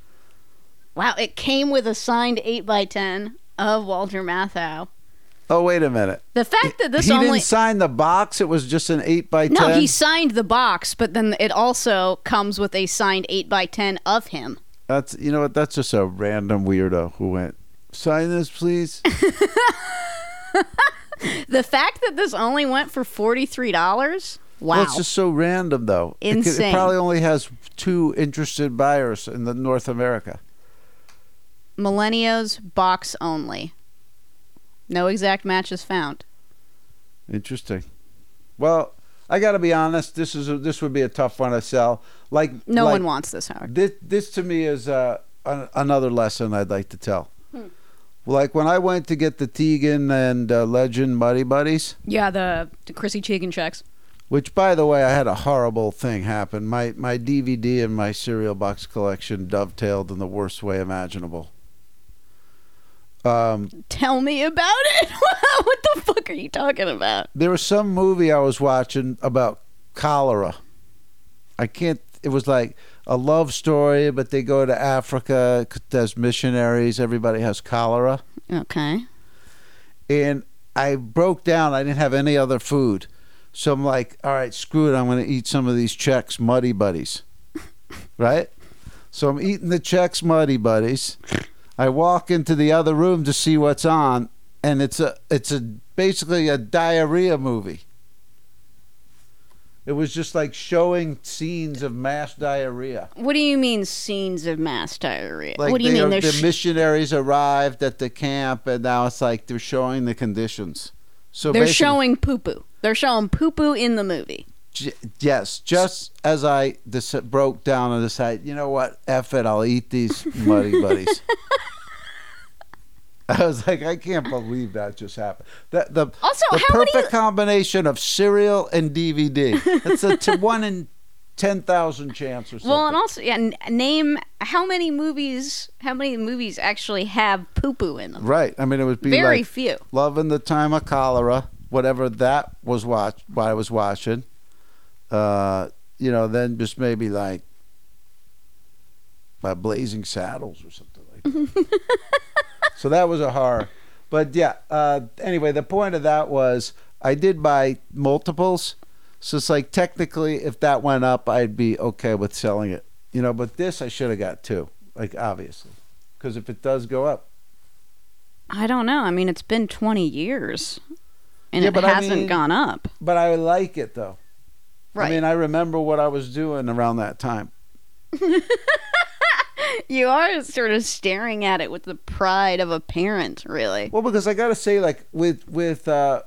Speaker 2: Wow, it came with a signed 8x10 of Walter Matthau.
Speaker 1: oh, wait a minute.
Speaker 2: The fact that this
Speaker 1: he
Speaker 2: only.
Speaker 1: didn't sign the box. It was just an eight by
Speaker 2: no,
Speaker 1: ten.
Speaker 2: he signed the box, but then it also comes with a signed 8x10 of him.
Speaker 1: That's you know what? That's just a random weirdo who went. Sign this, please.
Speaker 2: The fact that this only went for $43? Wow.
Speaker 1: That's just so random, though. It could- It,
Speaker 2: Insane.
Speaker 1: probably only has two interested buyers in the North America.
Speaker 2: Millennials box only. No exact matches found.
Speaker 1: Interesting. Well, I got to be honest. This is a, this would be a tough one to sell. Like
Speaker 2: No
Speaker 1: like,
Speaker 2: one wants this, Howard.
Speaker 1: This this to me is uh, an, another lesson I'd like to tell. Like when I went to get the Tegan and uh, Legend Muddy Buddies.
Speaker 2: Yeah, the, the Chrissy Chicken checks.
Speaker 1: Which, by the way, I had a horrible thing happen. My my DVD and my cereal box collection dovetailed in the worst way imaginable. Um,
Speaker 2: Tell me about it. what the fuck are you talking about?
Speaker 1: there was some movie I was watching about cholera. I can't. It was like a love story, but they go to Africa as missionaries. Everybody has cholera.
Speaker 2: Okay.
Speaker 1: and I broke down. I didn't have any other food, so I'm like, all right, screw it. I'm going to eat some of these Chex Muddy Buddies, right? So I'm eating the Chex Muddy Buddies. I walk into the other room to see what's on, and it's a it's a basically a diarrhea movie. It was just like showing scenes of mass diarrhea.
Speaker 2: What do you mean scenes of mass diarrhea?
Speaker 1: Like
Speaker 2: what do you
Speaker 1: they
Speaker 2: mean
Speaker 1: are-
Speaker 2: they're
Speaker 1: the
Speaker 2: sh-
Speaker 1: missionaries arrived at the camp, and now it's like they're showing the conditions. So
Speaker 2: they're
Speaker 1: basically-
Speaker 2: showing poo poo. They're showing poo poo in the movie.
Speaker 1: J- yes, just as I dis- broke down and decided, you know what, F it, I'll eat these muddy buddies. I was like, I can't believe that just happened. That the
Speaker 2: Also,
Speaker 1: the
Speaker 2: how many-
Speaker 1: perfect combination of cereal and DVD. That's a t- one in ten thousand chance or something.
Speaker 2: Well, and also, yeah, n- name how many movies? How many movies actually have poo poo in them?
Speaker 1: right? I mean, it would be
Speaker 2: Very
Speaker 1: like
Speaker 2: few.
Speaker 1: loving the time of cholera, whatever that was watch what I was watching. Uh, you know, then just maybe like by Blazing Saddles or something like that. so that was a horror. But yeah, uh, anyway, the point of that was I did buy multiples. So it's like technically if that went up, I'd be okay with selling it. You know, but this I should have got two, like obviously. Because if it does go up,
Speaker 2: I don't know. I mean, it's been twenty years, and
Speaker 1: Yeah,
Speaker 2: it
Speaker 1: but I
Speaker 2: hasn't
Speaker 1: mean-
Speaker 2: gone up.
Speaker 1: but I like it though.
Speaker 2: Right.
Speaker 1: I mean, I remember what I was doing around that time.
Speaker 2: you are sort of staring at it with the pride of a parent, really.
Speaker 1: Well, because I gotta say, like with with uh,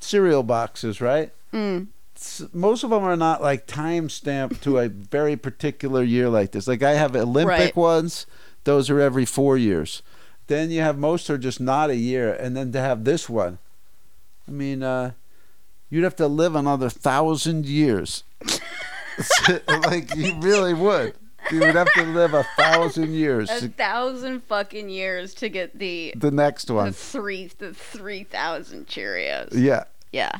Speaker 1: cereal boxes, right?
Speaker 2: Mm.
Speaker 1: S- Most of them are not like time stamped to a very particular year like this. Like I have Olympic
Speaker 2: Right.
Speaker 1: ones; those are every four years. Then you have most are just not a year, and then to have this one, I mean, uh, you'd have to live another thousand years. like you really would. You would have to live a thousand years.
Speaker 2: A
Speaker 1: to
Speaker 2: thousand fucking years to get the
Speaker 1: the next
Speaker 2: the
Speaker 1: one.
Speaker 2: three the three thousand Cheerios.
Speaker 1: Yeah.
Speaker 2: Yeah.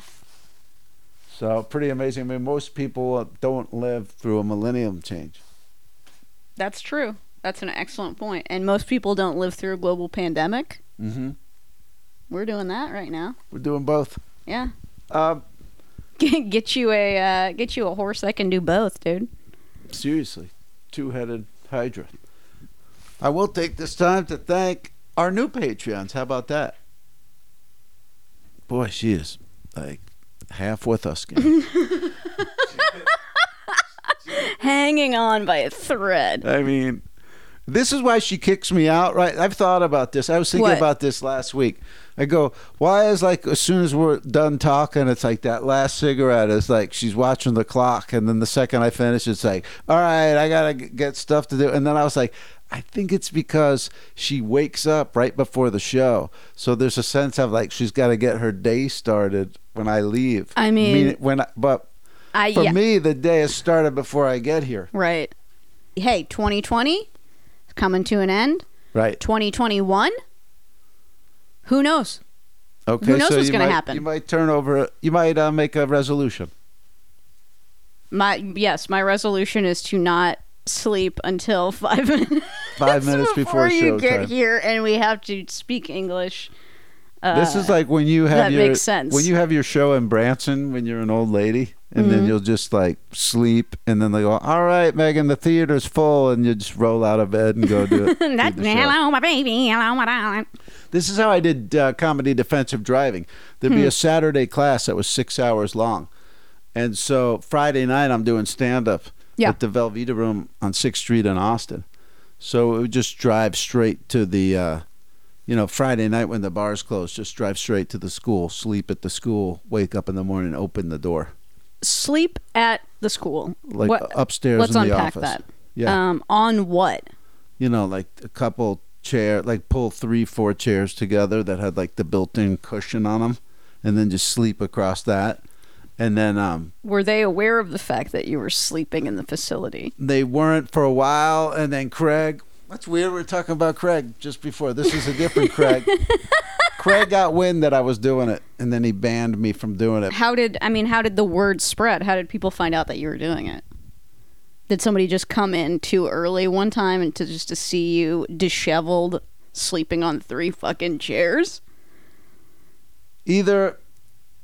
Speaker 1: So pretty amazing. I mean, most people don't live through a millennium change.
Speaker 2: That's true. That's an excellent point. And most people don't live through a global pandemic.
Speaker 1: Mm-hmm.
Speaker 2: We're doing that right now.
Speaker 1: We're doing both.
Speaker 2: Yeah.
Speaker 1: Um,
Speaker 2: Get get you a uh, get you a horse that can do both, dude.
Speaker 1: seriously, two-headed hydra. I will take this time to thank our new Patreons. How about that? Boy, she is like half with us. gang.
Speaker 2: Hanging on by a thread.
Speaker 1: I mean, this is why she kicks me out, right? I've thought about this. I was thinking
Speaker 2: What?
Speaker 1: about this last week. I go, why is like as soon as we're done talking, it's like that last cigarette is like she's watching the clock, and then the second I finish, it's like, all right, I gotta g- get stuff to do, and then I was like. I think it's because she wakes up right before the show. So there's a sense of like she's got to get her day started when I leave.
Speaker 2: I mean-
Speaker 1: when I, but
Speaker 2: I
Speaker 1: for
Speaker 2: yeah.
Speaker 1: me the day is started before I get here.
Speaker 2: Right. Hey, 2020 is coming to an end.
Speaker 1: Right.
Speaker 2: 2021. Who knows?
Speaker 1: Okay,
Speaker 2: Who knows
Speaker 1: so
Speaker 2: what's
Speaker 1: you
Speaker 2: gonna
Speaker 1: might-
Speaker 2: happen?
Speaker 1: You might turn over. You might uh, make a resolution.
Speaker 2: My yes, my resolution is to not sleep until five minutes.
Speaker 1: Five minutes before,
Speaker 2: you get
Speaker 1: showtime.
Speaker 2: here, and we have to speak English. Uh,
Speaker 1: This is like when you have
Speaker 2: that
Speaker 1: your
Speaker 2: makes sense.
Speaker 1: when you have your show in Branson when you're an old lady, and
Speaker 2: Mm-hmm.
Speaker 1: then you'll just like sleep, and then they go, "All right, Megan, the theater's full," and you just roll out of bed and go do it. do
Speaker 2: That,
Speaker 1: the show.
Speaker 2: hello, my baby. Hello, my darling.
Speaker 1: This is how I did uh, comedy defensive driving. There'd be a Saturday class that was six hours long. And so Friday night, I'm doing stand up
Speaker 2: Yeah.
Speaker 1: at the Velveeta Room on 6th Street in Austin. So it would just drive straight to the, uh, you know, Friday night when the bars close, just drive straight to the school, sleep at the school, wake up in the morning, open the door.
Speaker 2: Sleep at the school.
Speaker 1: Like uh,
Speaker 2: What-
Speaker 1: upstairs
Speaker 2: Let's
Speaker 1: in the
Speaker 2: unpack
Speaker 1: office.
Speaker 2: that.
Speaker 1: Yeah.
Speaker 2: Um, on what?
Speaker 1: you know, like a couple chair, like pull three, four chairs together that had like the built-in cushion on them, and then just sleep across that. And then um,
Speaker 2: Were they aware of the fact that you were sleeping in the facility?
Speaker 1: they weren't for a while, and then Craig. That's weird. We were talking about Craig just before. This is a different Craig. Craig got wind that I was doing it, and then he banned me from doing it.
Speaker 2: How did I mean? How did the word spread? How did people find out that you were doing it? Did somebody just come in too early one time and to just to see you disheveled, sleeping on three fucking chairs?
Speaker 1: Either,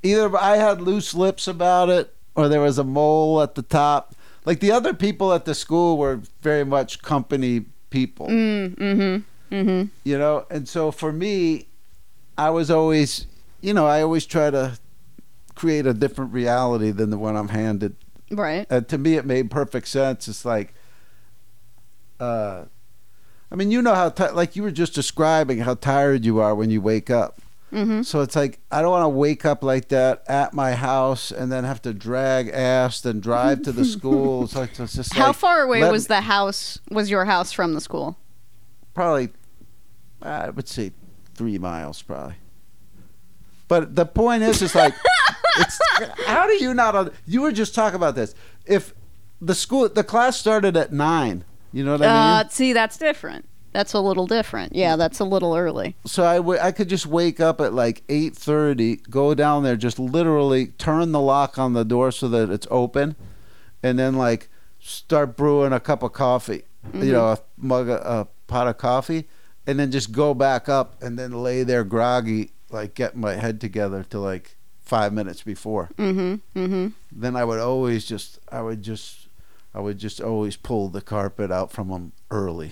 Speaker 1: either I had loose lips about it, or there was a mole at the top. Like the other people at the school were very much company people.
Speaker 2: Mm, mm-hmm. Mm-hmm.
Speaker 1: you know and so for me i was always you know i always try to create a different reality than the one i'm handed
Speaker 2: Right.
Speaker 1: uh, to me it made perfect sense it's like uh i mean you know how ti like you were just describing how tired you are when you wake up
Speaker 2: Mm-hmm.
Speaker 1: so it's like i don't want to wake up like that at my house and then have to drag ass and drive to the school it's like it's just
Speaker 2: How
Speaker 1: like,
Speaker 2: far away
Speaker 1: let
Speaker 2: was
Speaker 1: me-
Speaker 2: the house? Was your house from the school?
Speaker 1: probably uh, I would say three miles probably. But the point is, it's like, it's, how do you not? un- You were just talking about this. If the school, the class started at nine. You know what I
Speaker 2: Uh,
Speaker 1: mean?
Speaker 2: see, that's different. That's a little different. Yeah, that's a little early.
Speaker 1: So I wa- I could just wake up at like eight thirty, go down there, just literally turn the lock on the door so that it's open, and then like start brewing a cup of coffee, you know, a mug, of, a pot of coffee, and then just go back up and then lay there groggy, like get my head together to like five minutes before.
Speaker 2: Mm-hmm. Mm-hmm.
Speaker 1: Then I would always just, I would just, I would just always pull the carpet out from them early,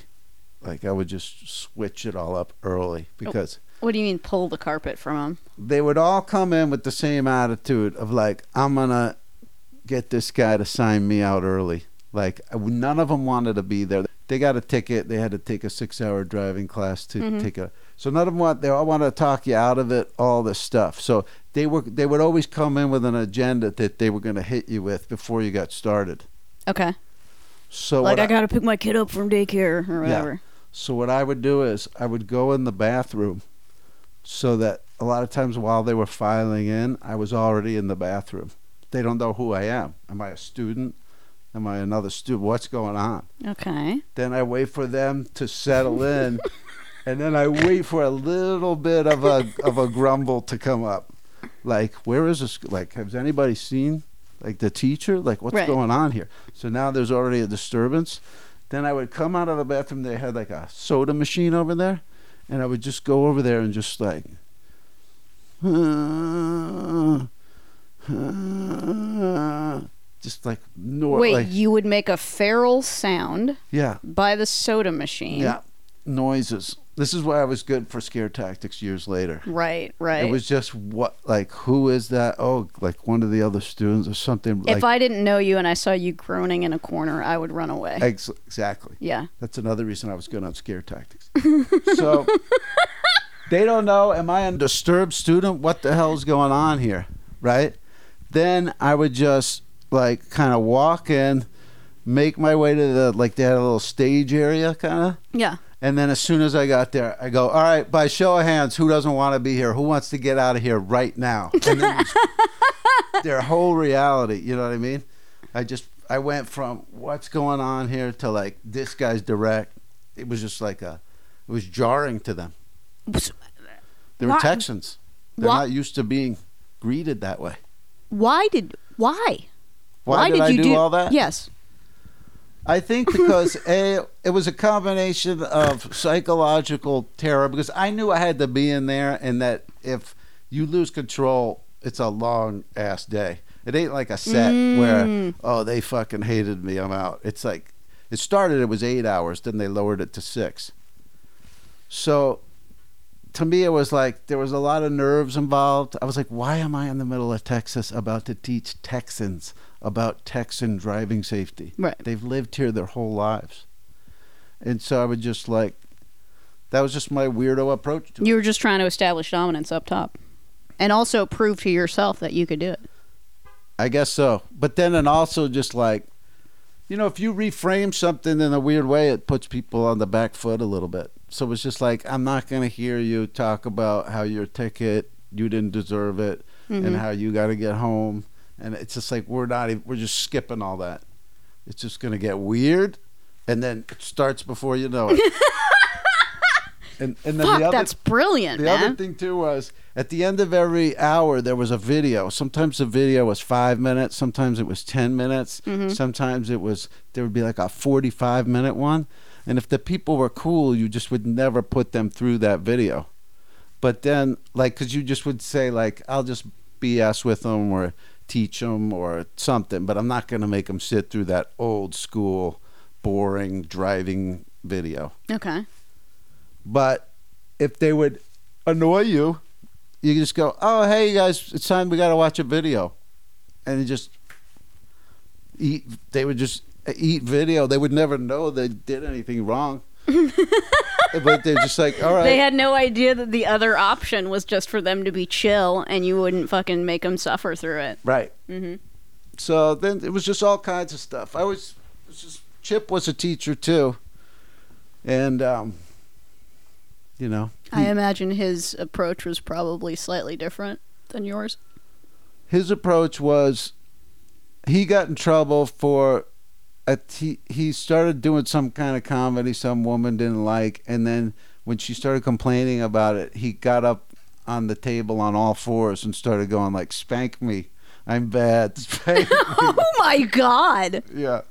Speaker 1: like I would just switch it all up early because
Speaker 2: What do you mean pull the carpet from him?
Speaker 1: they would all come in with the same attitude of like i'm gonna get this guy to sign me out early like I- none of them wanted to be there they got a ticket they had to take a six hour driving class to
Speaker 2: Mhm.
Speaker 1: take a so none of them want they all want to talk you out of it all this stuff so they were they would always come in with an agenda that they were going to hit you with before you got started
Speaker 2: Okay.
Speaker 1: so
Speaker 2: like
Speaker 1: what
Speaker 2: I,
Speaker 1: I-
Speaker 2: gotta pick my kid up from daycare or whatever.
Speaker 1: So what I would do is I would go in the bathroom so that a lot of times while they were filing in, I was already in the bathroom. They don't know who I am. Am I a student? Am I another student? What's going on?
Speaker 2: Okay.
Speaker 1: Then I wait for them to settle in and then I wait for a little bit of a of a grumble to come up. Like, where is this like has anybody seen like the teacher? Like what's
Speaker 2: Right.
Speaker 1: going on here? So now there's already a disturbance. Then I would come out of the bathroom, they had like a soda machine over there, and I would just go over there and just like just like nor-
Speaker 2: Wait,
Speaker 1: like,
Speaker 2: you would make a feral sound
Speaker 1: yeah.
Speaker 2: by the soda machine.
Speaker 1: Yeah, noises. This is why I was good for scare tactics years later.
Speaker 2: Right. Right.
Speaker 1: It was just what, like, who is that? Oh, like one of the other students or something.
Speaker 2: if
Speaker 1: Like,
Speaker 2: I didn't know you and I saw you groaning in a corner, I would run away.
Speaker 1: ex- exactly.
Speaker 2: yeah.
Speaker 1: That's another reason I was good on scare tactics. so they don't know. Am I a disturbed student? What the hell's going on here? Right? Then I would just like kind of walk in, make my way to the like they had a little stage area kind of.
Speaker 2: Yeah.
Speaker 1: And then as soon as I got there, I go, all right, by show of hands, who doesn't want to be here? Who wants to get out of here right now? And then just- their whole reality, you know what I mean? I just, I went from what's going on here to like, this guy's direct. It was just like a, it was jarring to them. They were
Speaker 2: Why-
Speaker 1: Texans. They're
Speaker 2: Wha-
Speaker 1: not used to being greeted that way.
Speaker 2: Why did why?
Speaker 1: Why, did, I
Speaker 2: you
Speaker 1: do, all that?
Speaker 2: Yes.
Speaker 1: I think because a it was a combination of psychological terror because I knew I had to be in there and that if you lose control, it's a long ass day. It ain't like a set where
Speaker 2: Mm.
Speaker 1: oh they fucking hated me, I'm out. It's like it started it was eight hours, then they lowered it to six. So to me it was like there was a lot of nerves involved. I was like, why am I in the middle of Texas about to teach Texans about Texan driving safety?
Speaker 2: Right.
Speaker 1: They've lived here their whole lives. And so I would just like that was just my weirdo approach to it.
Speaker 2: You were just trying to establish dominance up top. And also prove to yourself that you could do it.
Speaker 1: I guess so. But then and also just like you know, if you reframe something in a weird way, it puts people on the back foot a little bit. So it's just like I'm not gonna hear you talk about how your ticket you didn't deserve it and
Speaker 2: Mhm.
Speaker 1: how you got to get home. And it's just like we're not even, we're just skipping all that. It's just gonna get weird, and then it starts before you know it. and and then
Speaker 2: Fuck,
Speaker 1: the other
Speaker 2: that's brilliant,
Speaker 1: the
Speaker 2: man.
Speaker 1: other thing too was at the end of every hour there was a video. Sometimes the video was five minutes, sometimes it was ten minutes,
Speaker 2: Mhm.
Speaker 1: sometimes it was there would be like a forty-five minute one. And if the people were cool, you just would never put them through that video. But then, like, because you just would say like, I'll just BS with them or teach them or something, but I'm not gonna make them sit through that old school, boring driving video
Speaker 2: okay.
Speaker 1: but if they would annoy you, you just go, "Oh, hey, you guys, it's time we got to watch a video," and you just eat. They would just eat video. They would never know they did anything wrong, but they're just like, "All right."
Speaker 2: They had no idea that the other option was just for them to be chill and you wouldn't fucking make them suffer through it.
Speaker 1: Right.
Speaker 2: hmm
Speaker 1: So then it was just all kinds of stuff. I was, it was just Chip was a teacher too, and um, you know,
Speaker 2: I
Speaker 1: he-
Speaker 2: imagine his approach was probably slightly different than yours.
Speaker 1: his approach was he got in trouble for a, he he started doing some kind of comedy some woman didn't like and then when she started complaining about it he got up on the table on all fours and started going like spank me i'm bad spank me."
Speaker 2: Oh my god.
Speaker 1: yeah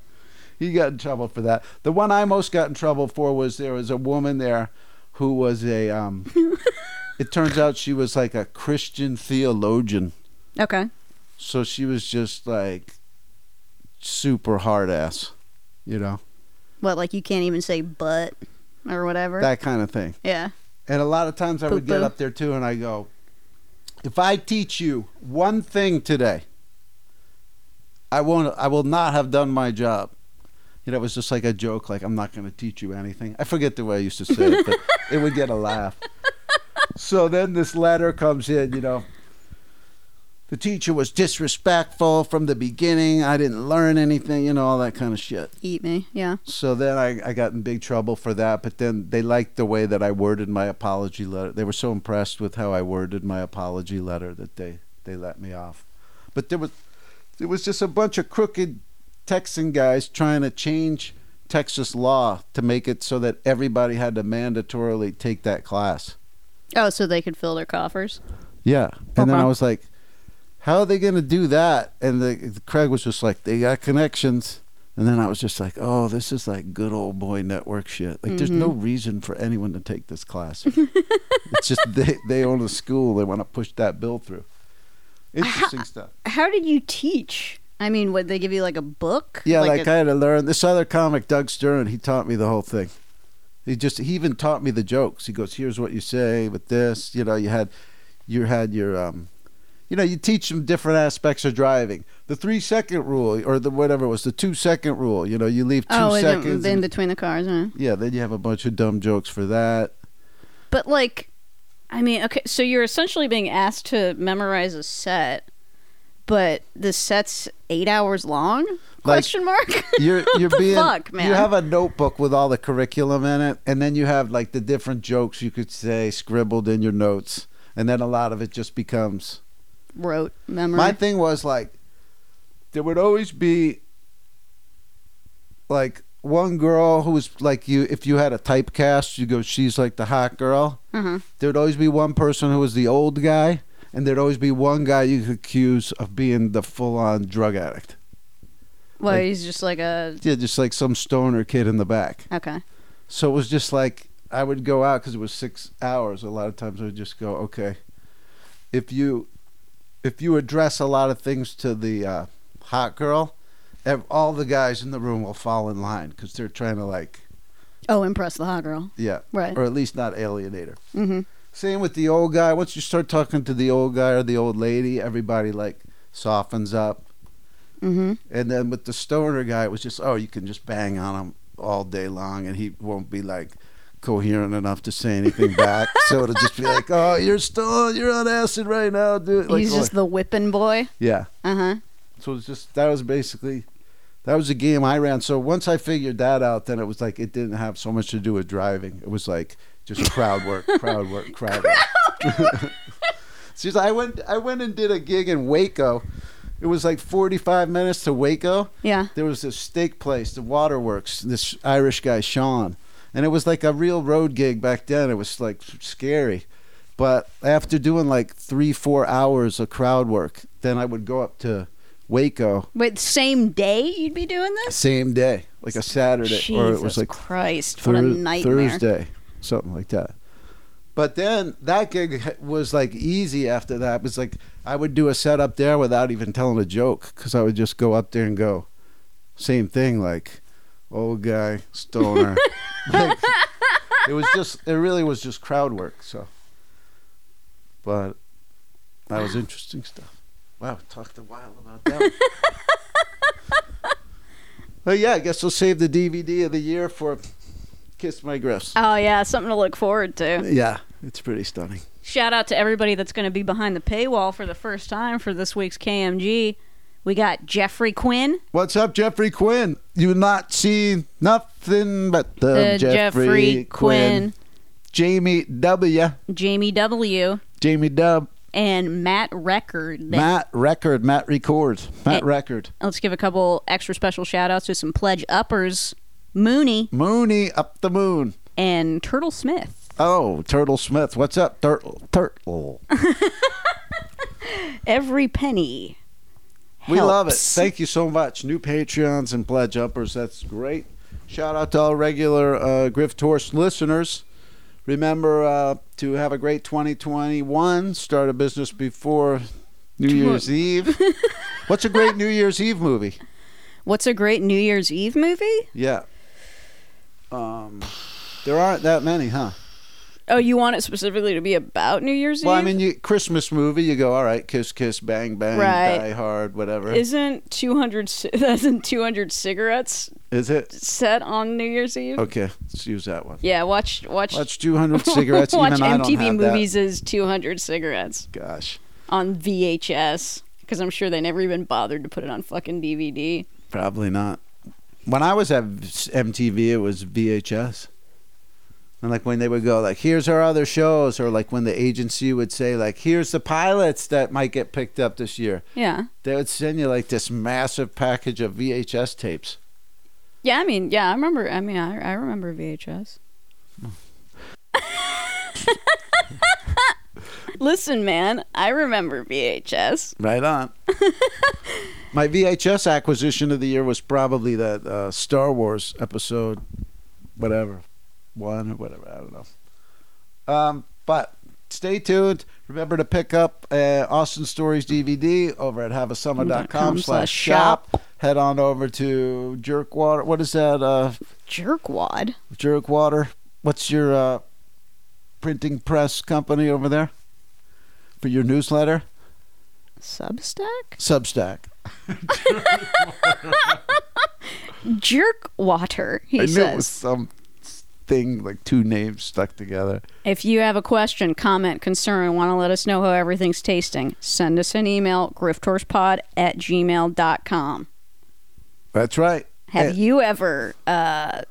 Speaker 1: he got in trouble for that the one i most got in trouble for was there was a woman there who was a um it turns out she was like a christian theologian
Speaker 2: Okay.
Speaker 1: so she was just like super hard ass, you know,
Speaker 2: What like you can't even say but or whatever.
Speaker 1: that kind of thing.
Speaker 2: yeah.
Speaker 1: And a lot of times I would get
Speaker 2: Poo-poo.
Speaker 1: up there too and I go, if I teach you one thing today, I won't, I will not have done my job. You know, it was just like a joke, like I'm not going to teach you anything. I forget the way I used to say it, but it would get a laugh. So then this letter comes in, you know. The teacher was disrespectful from the beginning. I didn't learn anything, you know, all that kind of shit.
Speaker 2: Eat me. Yeah.
Speaker 1: So then I, I got in big trouble for that, but then they liked the way that I worded my apology letter. They were so impressed with how I worded my apology letter that they, they let me off. But there was there was just a bunch of crooked Texan guys trying to change Texas law to make it so that everybody had to mandatorily take that class.
Speaker 2: Oh, so they could fill their coffers.
Speaker 1: Yeah. And then
Speaker 2: Okay.
Speaker 1: I was like, how are they going to do that? And the, Craig was just like, they got connections. And then I was just like, oh, this is like good old boy network shit. Like, there's no reason for anyone to take this class. it's just they, they own a school. They want to push that bill through. Interesting stuff.
Speaker 2: How did you teach? I mean, would they give you like a book?
Speaker 1: Yeah, like,
Speaker 2: a-
Speaker 1: I had to learn. This other comic, Doug Stern, he taught me the whole thing. He just he even taught me the jokes. He goes, "Here's what you say with this." You know, you had, you had your, um, you know, you teach them different aspects of driving. The three second rule, or the whatever it was, the two second rule. You know, you leave two
Speaker 2: Oh, in,
Speaker 1: seconds.
Speaker 2: in
Speaker 1: and-
Speaker 2: between the cars, huh?
Speaker 1: yeah, then you have a bunch of dumb jokes for that.
Speaker 2: But like, I mean, okay, so you're essentially being asked to memorize a set, but the set's eight hours long? Question mark.
Speaker 1: You're you're
Speaker 2: The
Speaker 1: being
Speaker 2: fuck, man?
Speaker 1: you have a notebook with all the curriculum in it, and then you have like the different jokes you could say scribbled in your notes, and then a lot of it just becomes
Speaker 2: wrote memory.
Speaker 1: My thing was like, there would always be like one girl who was like you. If you had a typecast, you go, she's like the hot girl.
Speaker 2: uh-huh.
Speaker 1: There would always be one person who was the old guy, and there'd always be one guy you could accuse of being the full-on drug addict.
Speaker 2: Well,
Speaker 1: Like-
Speaker 2: he's just like a
Speaker 1: Yeah, just like some stoner kid in the back.
Speaker 2: okay.
Speaker 1: So it was just like I would go out because it was six hours. A lot of times I would just go, okay, if you if you address a lot of things to the uh, hot girl, ev- all the guys in the room will fall in line because they're trying to like
Speaker 2: Oh, impress the hot girl,
Speaker 1: yeah,
Speaker 2: right?
Speaker 1: or at least not alienate her.
Speaker 2: Mm-hmm.
Speaker 1: Same with the old guy. Once you start talking to the old guy or the old lady, everybody like softens up.
Speaker 2: Mm-hmm.
Speaker 1: And then with the stoner guy, it was just, oh, you can just bang on him all day long, and he won't be like coherent enough to say anything back. so it'll just be like, oh, you're still, you're on acid right now, dude. Like, oh,
Speaker 2: he's just the whipping boy.
Speaker 1: yeah.
Speaker 2: Uh huh.
Speaker 1: So it's just that was basically that was the game I ran. So once I figured that out, then it was like it didn't have so much to do with driving. It was like just crowd work, crowd work, crowd work. She's like, I went I went and did a gig in Waco. It was like 45 minutes to Waco.
Speaker 2: Yeah.
Speaker 1: There was this steak place, the Waterworks, this Irish guy Sean, and it was like a real road gig back then. It was like scary. But after doing like 3 4 hours of crowd work, then I would go up to Waco
Speaker 2: Wait, same day you'd be doing this?
Speaker 1: same day, like a Saturday,
Speaker 2: Jesus
Speaker 1: or it was like
Speaker 2: Christ,
Speaker 1: Thur-
Speaker 2: what a nightmare!
Speaker 1: Thursday, something like that. But then that gig was like easy after that. It was like I would do a setup there without even telling a joke because I would just go up there and go, same thing, like old guy, stoner. like, it was just, it really was just crowd work. So, but that was interesting stuff. Wow, we talked a while about that. one. But yeah, I guess we'll save the DVD of the year for Kiss My Griffs.
Speaker 2: Oh yeah, something to look forward to.
Speaker 1: Yeah, it's pretty stunning.
Speaker 2: Shout out to everybody that's going to be behind the paywall for the first time for this week's KMG. We got Jeffrey Quinn,
Speaker 1: What's up, Jeffrey Quinn? You not seen nothing but the,
Speaker 2: the
Speaker 1: Jeffrey, Quinn. Jamie W.
Speaker 2: Jamie W,
Speaker 1: Jamie Dub.
Speaker 2: and Matt Record. They-
Speaker 1: Matt Record. Matt Records. Matt
Speaker 2: Eh.
Speaker 1: Record.
Speaker 2: Let's give a couple extra special shout outs to some pledge uppers, Mooney
Speaker 1: Mooney up the moon.
Speaker 2: and Turtle Smith.
Speaker 1: Oh, Turtle Smith. What's up, Turtle? Turtle.
Speaker 2: Every penny.
Speaker 1: We love it.
Speaker 2: helps.
Speaker 1: Thank you so much. New Patreons and pledge uppers. That's great. Shout out to all regular uh, Griff Tours listeners. Remember uh, to have a great 2021. Start a business before New Year's Eve. What's a great New Year's Eve movie?
Speaker 2: What's a great New Year's Eve movie?
Speaker 1: Yeah. Um, there aren't that many, huh?
Speaker 2: Oh, you want it specifically to be about New Year's
Speaker 1: Well, I
Speaker 2: Eve?
Speaker 1: mean, you, Christmas movie, you go, all right, kiss, kiss, bang, bang,
Speaker 2: Right.
Speaker 1: die hard, whatever. Is,
Speaker 2: isn't 200 ci- isn't 200 cigarettes
Speaker 1: it?
Speaker 2: set on New Year's Eve?
Speaker 1: Okay, let's use that one.
Speaker 2: Yeah, watch watch
Speaker 1: Watch 200 cigarettes.
Speaker 2: watch
Speaker 1: Even I don't
Speaker 2: MTV
Speaker 1: have that.
Speaker 2: movies as 200 cigarettes
Speaker 1: Gosh,
Speaker 2: on VHS because I'm sure they never even bothered to put it on fucking DVD.
Speaker 1: probably not. When I was at MTV, it was VHS. And like when they would go like, "Here's our other shows," or like when the agency would say like, "Here's the pilots that might get picked up this year,"
Speaker 2: Yeah.
Speaker 1: they would send you like this massive package of VHS tapes.
Speaker 2: Yeah, I mean, yeah, I remember. I mean, I, I remember VHS. Listen, man, I remember VHS.
Speaker 1: Right on. My VHS acquisition of the year was probably that uh, Star Wars episode, whatever, one or whatever. I don't know. Um, but stay tuned. Remember to pick up uh, Austin Stories DVD over at haveasummer.com slash shop. Head on over to Jerkwater. What is that? Uh,
Speaker 2: Jerkwad.
Speaker 1: Jerkwater. What's your uh, printing press company over there for your newsletter?
Speaker 2: Substack?
Speaker 1: Substack.
Speaker 2: Jerkwater, he
Speaker 1: I knew it was
Speaker 2: says.
Speaker 1: some thing like two names stuck together.
Speaker 2: If you have a question, comment, concern, want to let us know how everything's tasting, send us an email, griftorspod at gmail.com.
Speaker 1: That's right.
Speaker 2: Have
Speaker 1: Eh.
Speaker 2: you ever, uh,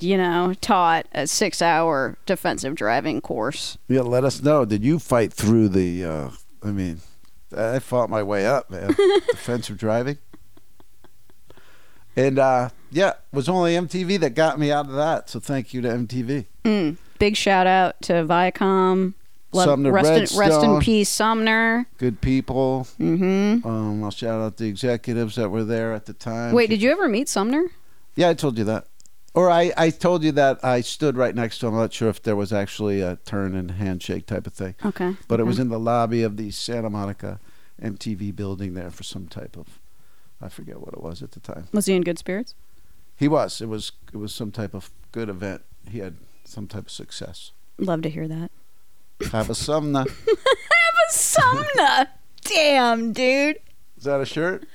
Speaker 2: you know, taught a six hour defensive driving course?
Speaker 1: Yeah, let us know. Did you fight through the? Uh, I mean, I fought my way up, man. Defensive driving. And uh, yeah, it was only MTV that got me out of that. So thank you to MTV.
Speaker 2: Mm. Big shout out to Viacom, Love-
Speaker 1: Sumner
Speaker 2: rest, in,
Speaker 1: Redstone.
Speaker 2: rest in peace, Sumner.
Speaker 1: Good people.
Speaker 2: Mm-hmm.
Speaker 1: Um, I'll shout out the executives that were there at the time.
Speaker 2: Wait, did you ever meet Sumner?
Speaker 1: Yeah, I told you that. Or I, I told you that I stood right next to him. I'm not sure if there was actually a turn and handshake type of thing.
Speaker 2: Okay.
Speaker 1: But it was in the lobby of the Santa Monica MTV building there for some type of I forget what it was at the time.
Speaker 2: Was he in good spirits?
Speaker 1: He was. It was it was some type of good event. He had some type of success.
Speaker 2: Love to hear that.
Speaker 1: Have a Sumner.
Speaker 2: Sumner. Damn, dude.
Speaker 1: Is that a shirt?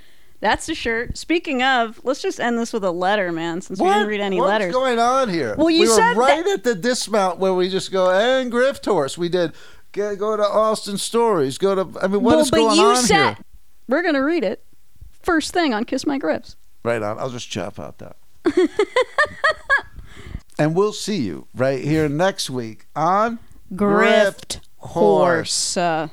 Speaker 2: That's the shirt. Speaking of, let's just end this with a letter, man, since we didn't read any
Speaker 1: What's
Speaker 2: letters.
Speaker 1: going on here?
Speaker 2: Well, you
Speaker 1: we
Speaker 2: said
Speaker 1: were right
Speaker 2: that-
Speaker 1: at the dismount where we just go and grift horse. We did go go to Austin Stories. Go to I mean, what
Speaker 2: well,
Speaker 1: is
Speaker 2: but
Speaker 1: going
Speaker 2: you
Speaker 1: on
Speaker 2: said
Speaker 1: here?
Speaker 2: we're gonna read it first thing on Kiss My Grips.
Speaker 1: Right on. I'll just chop out that. and we'll see you right here next week on Grift
Speaker 2: Horse. Uh,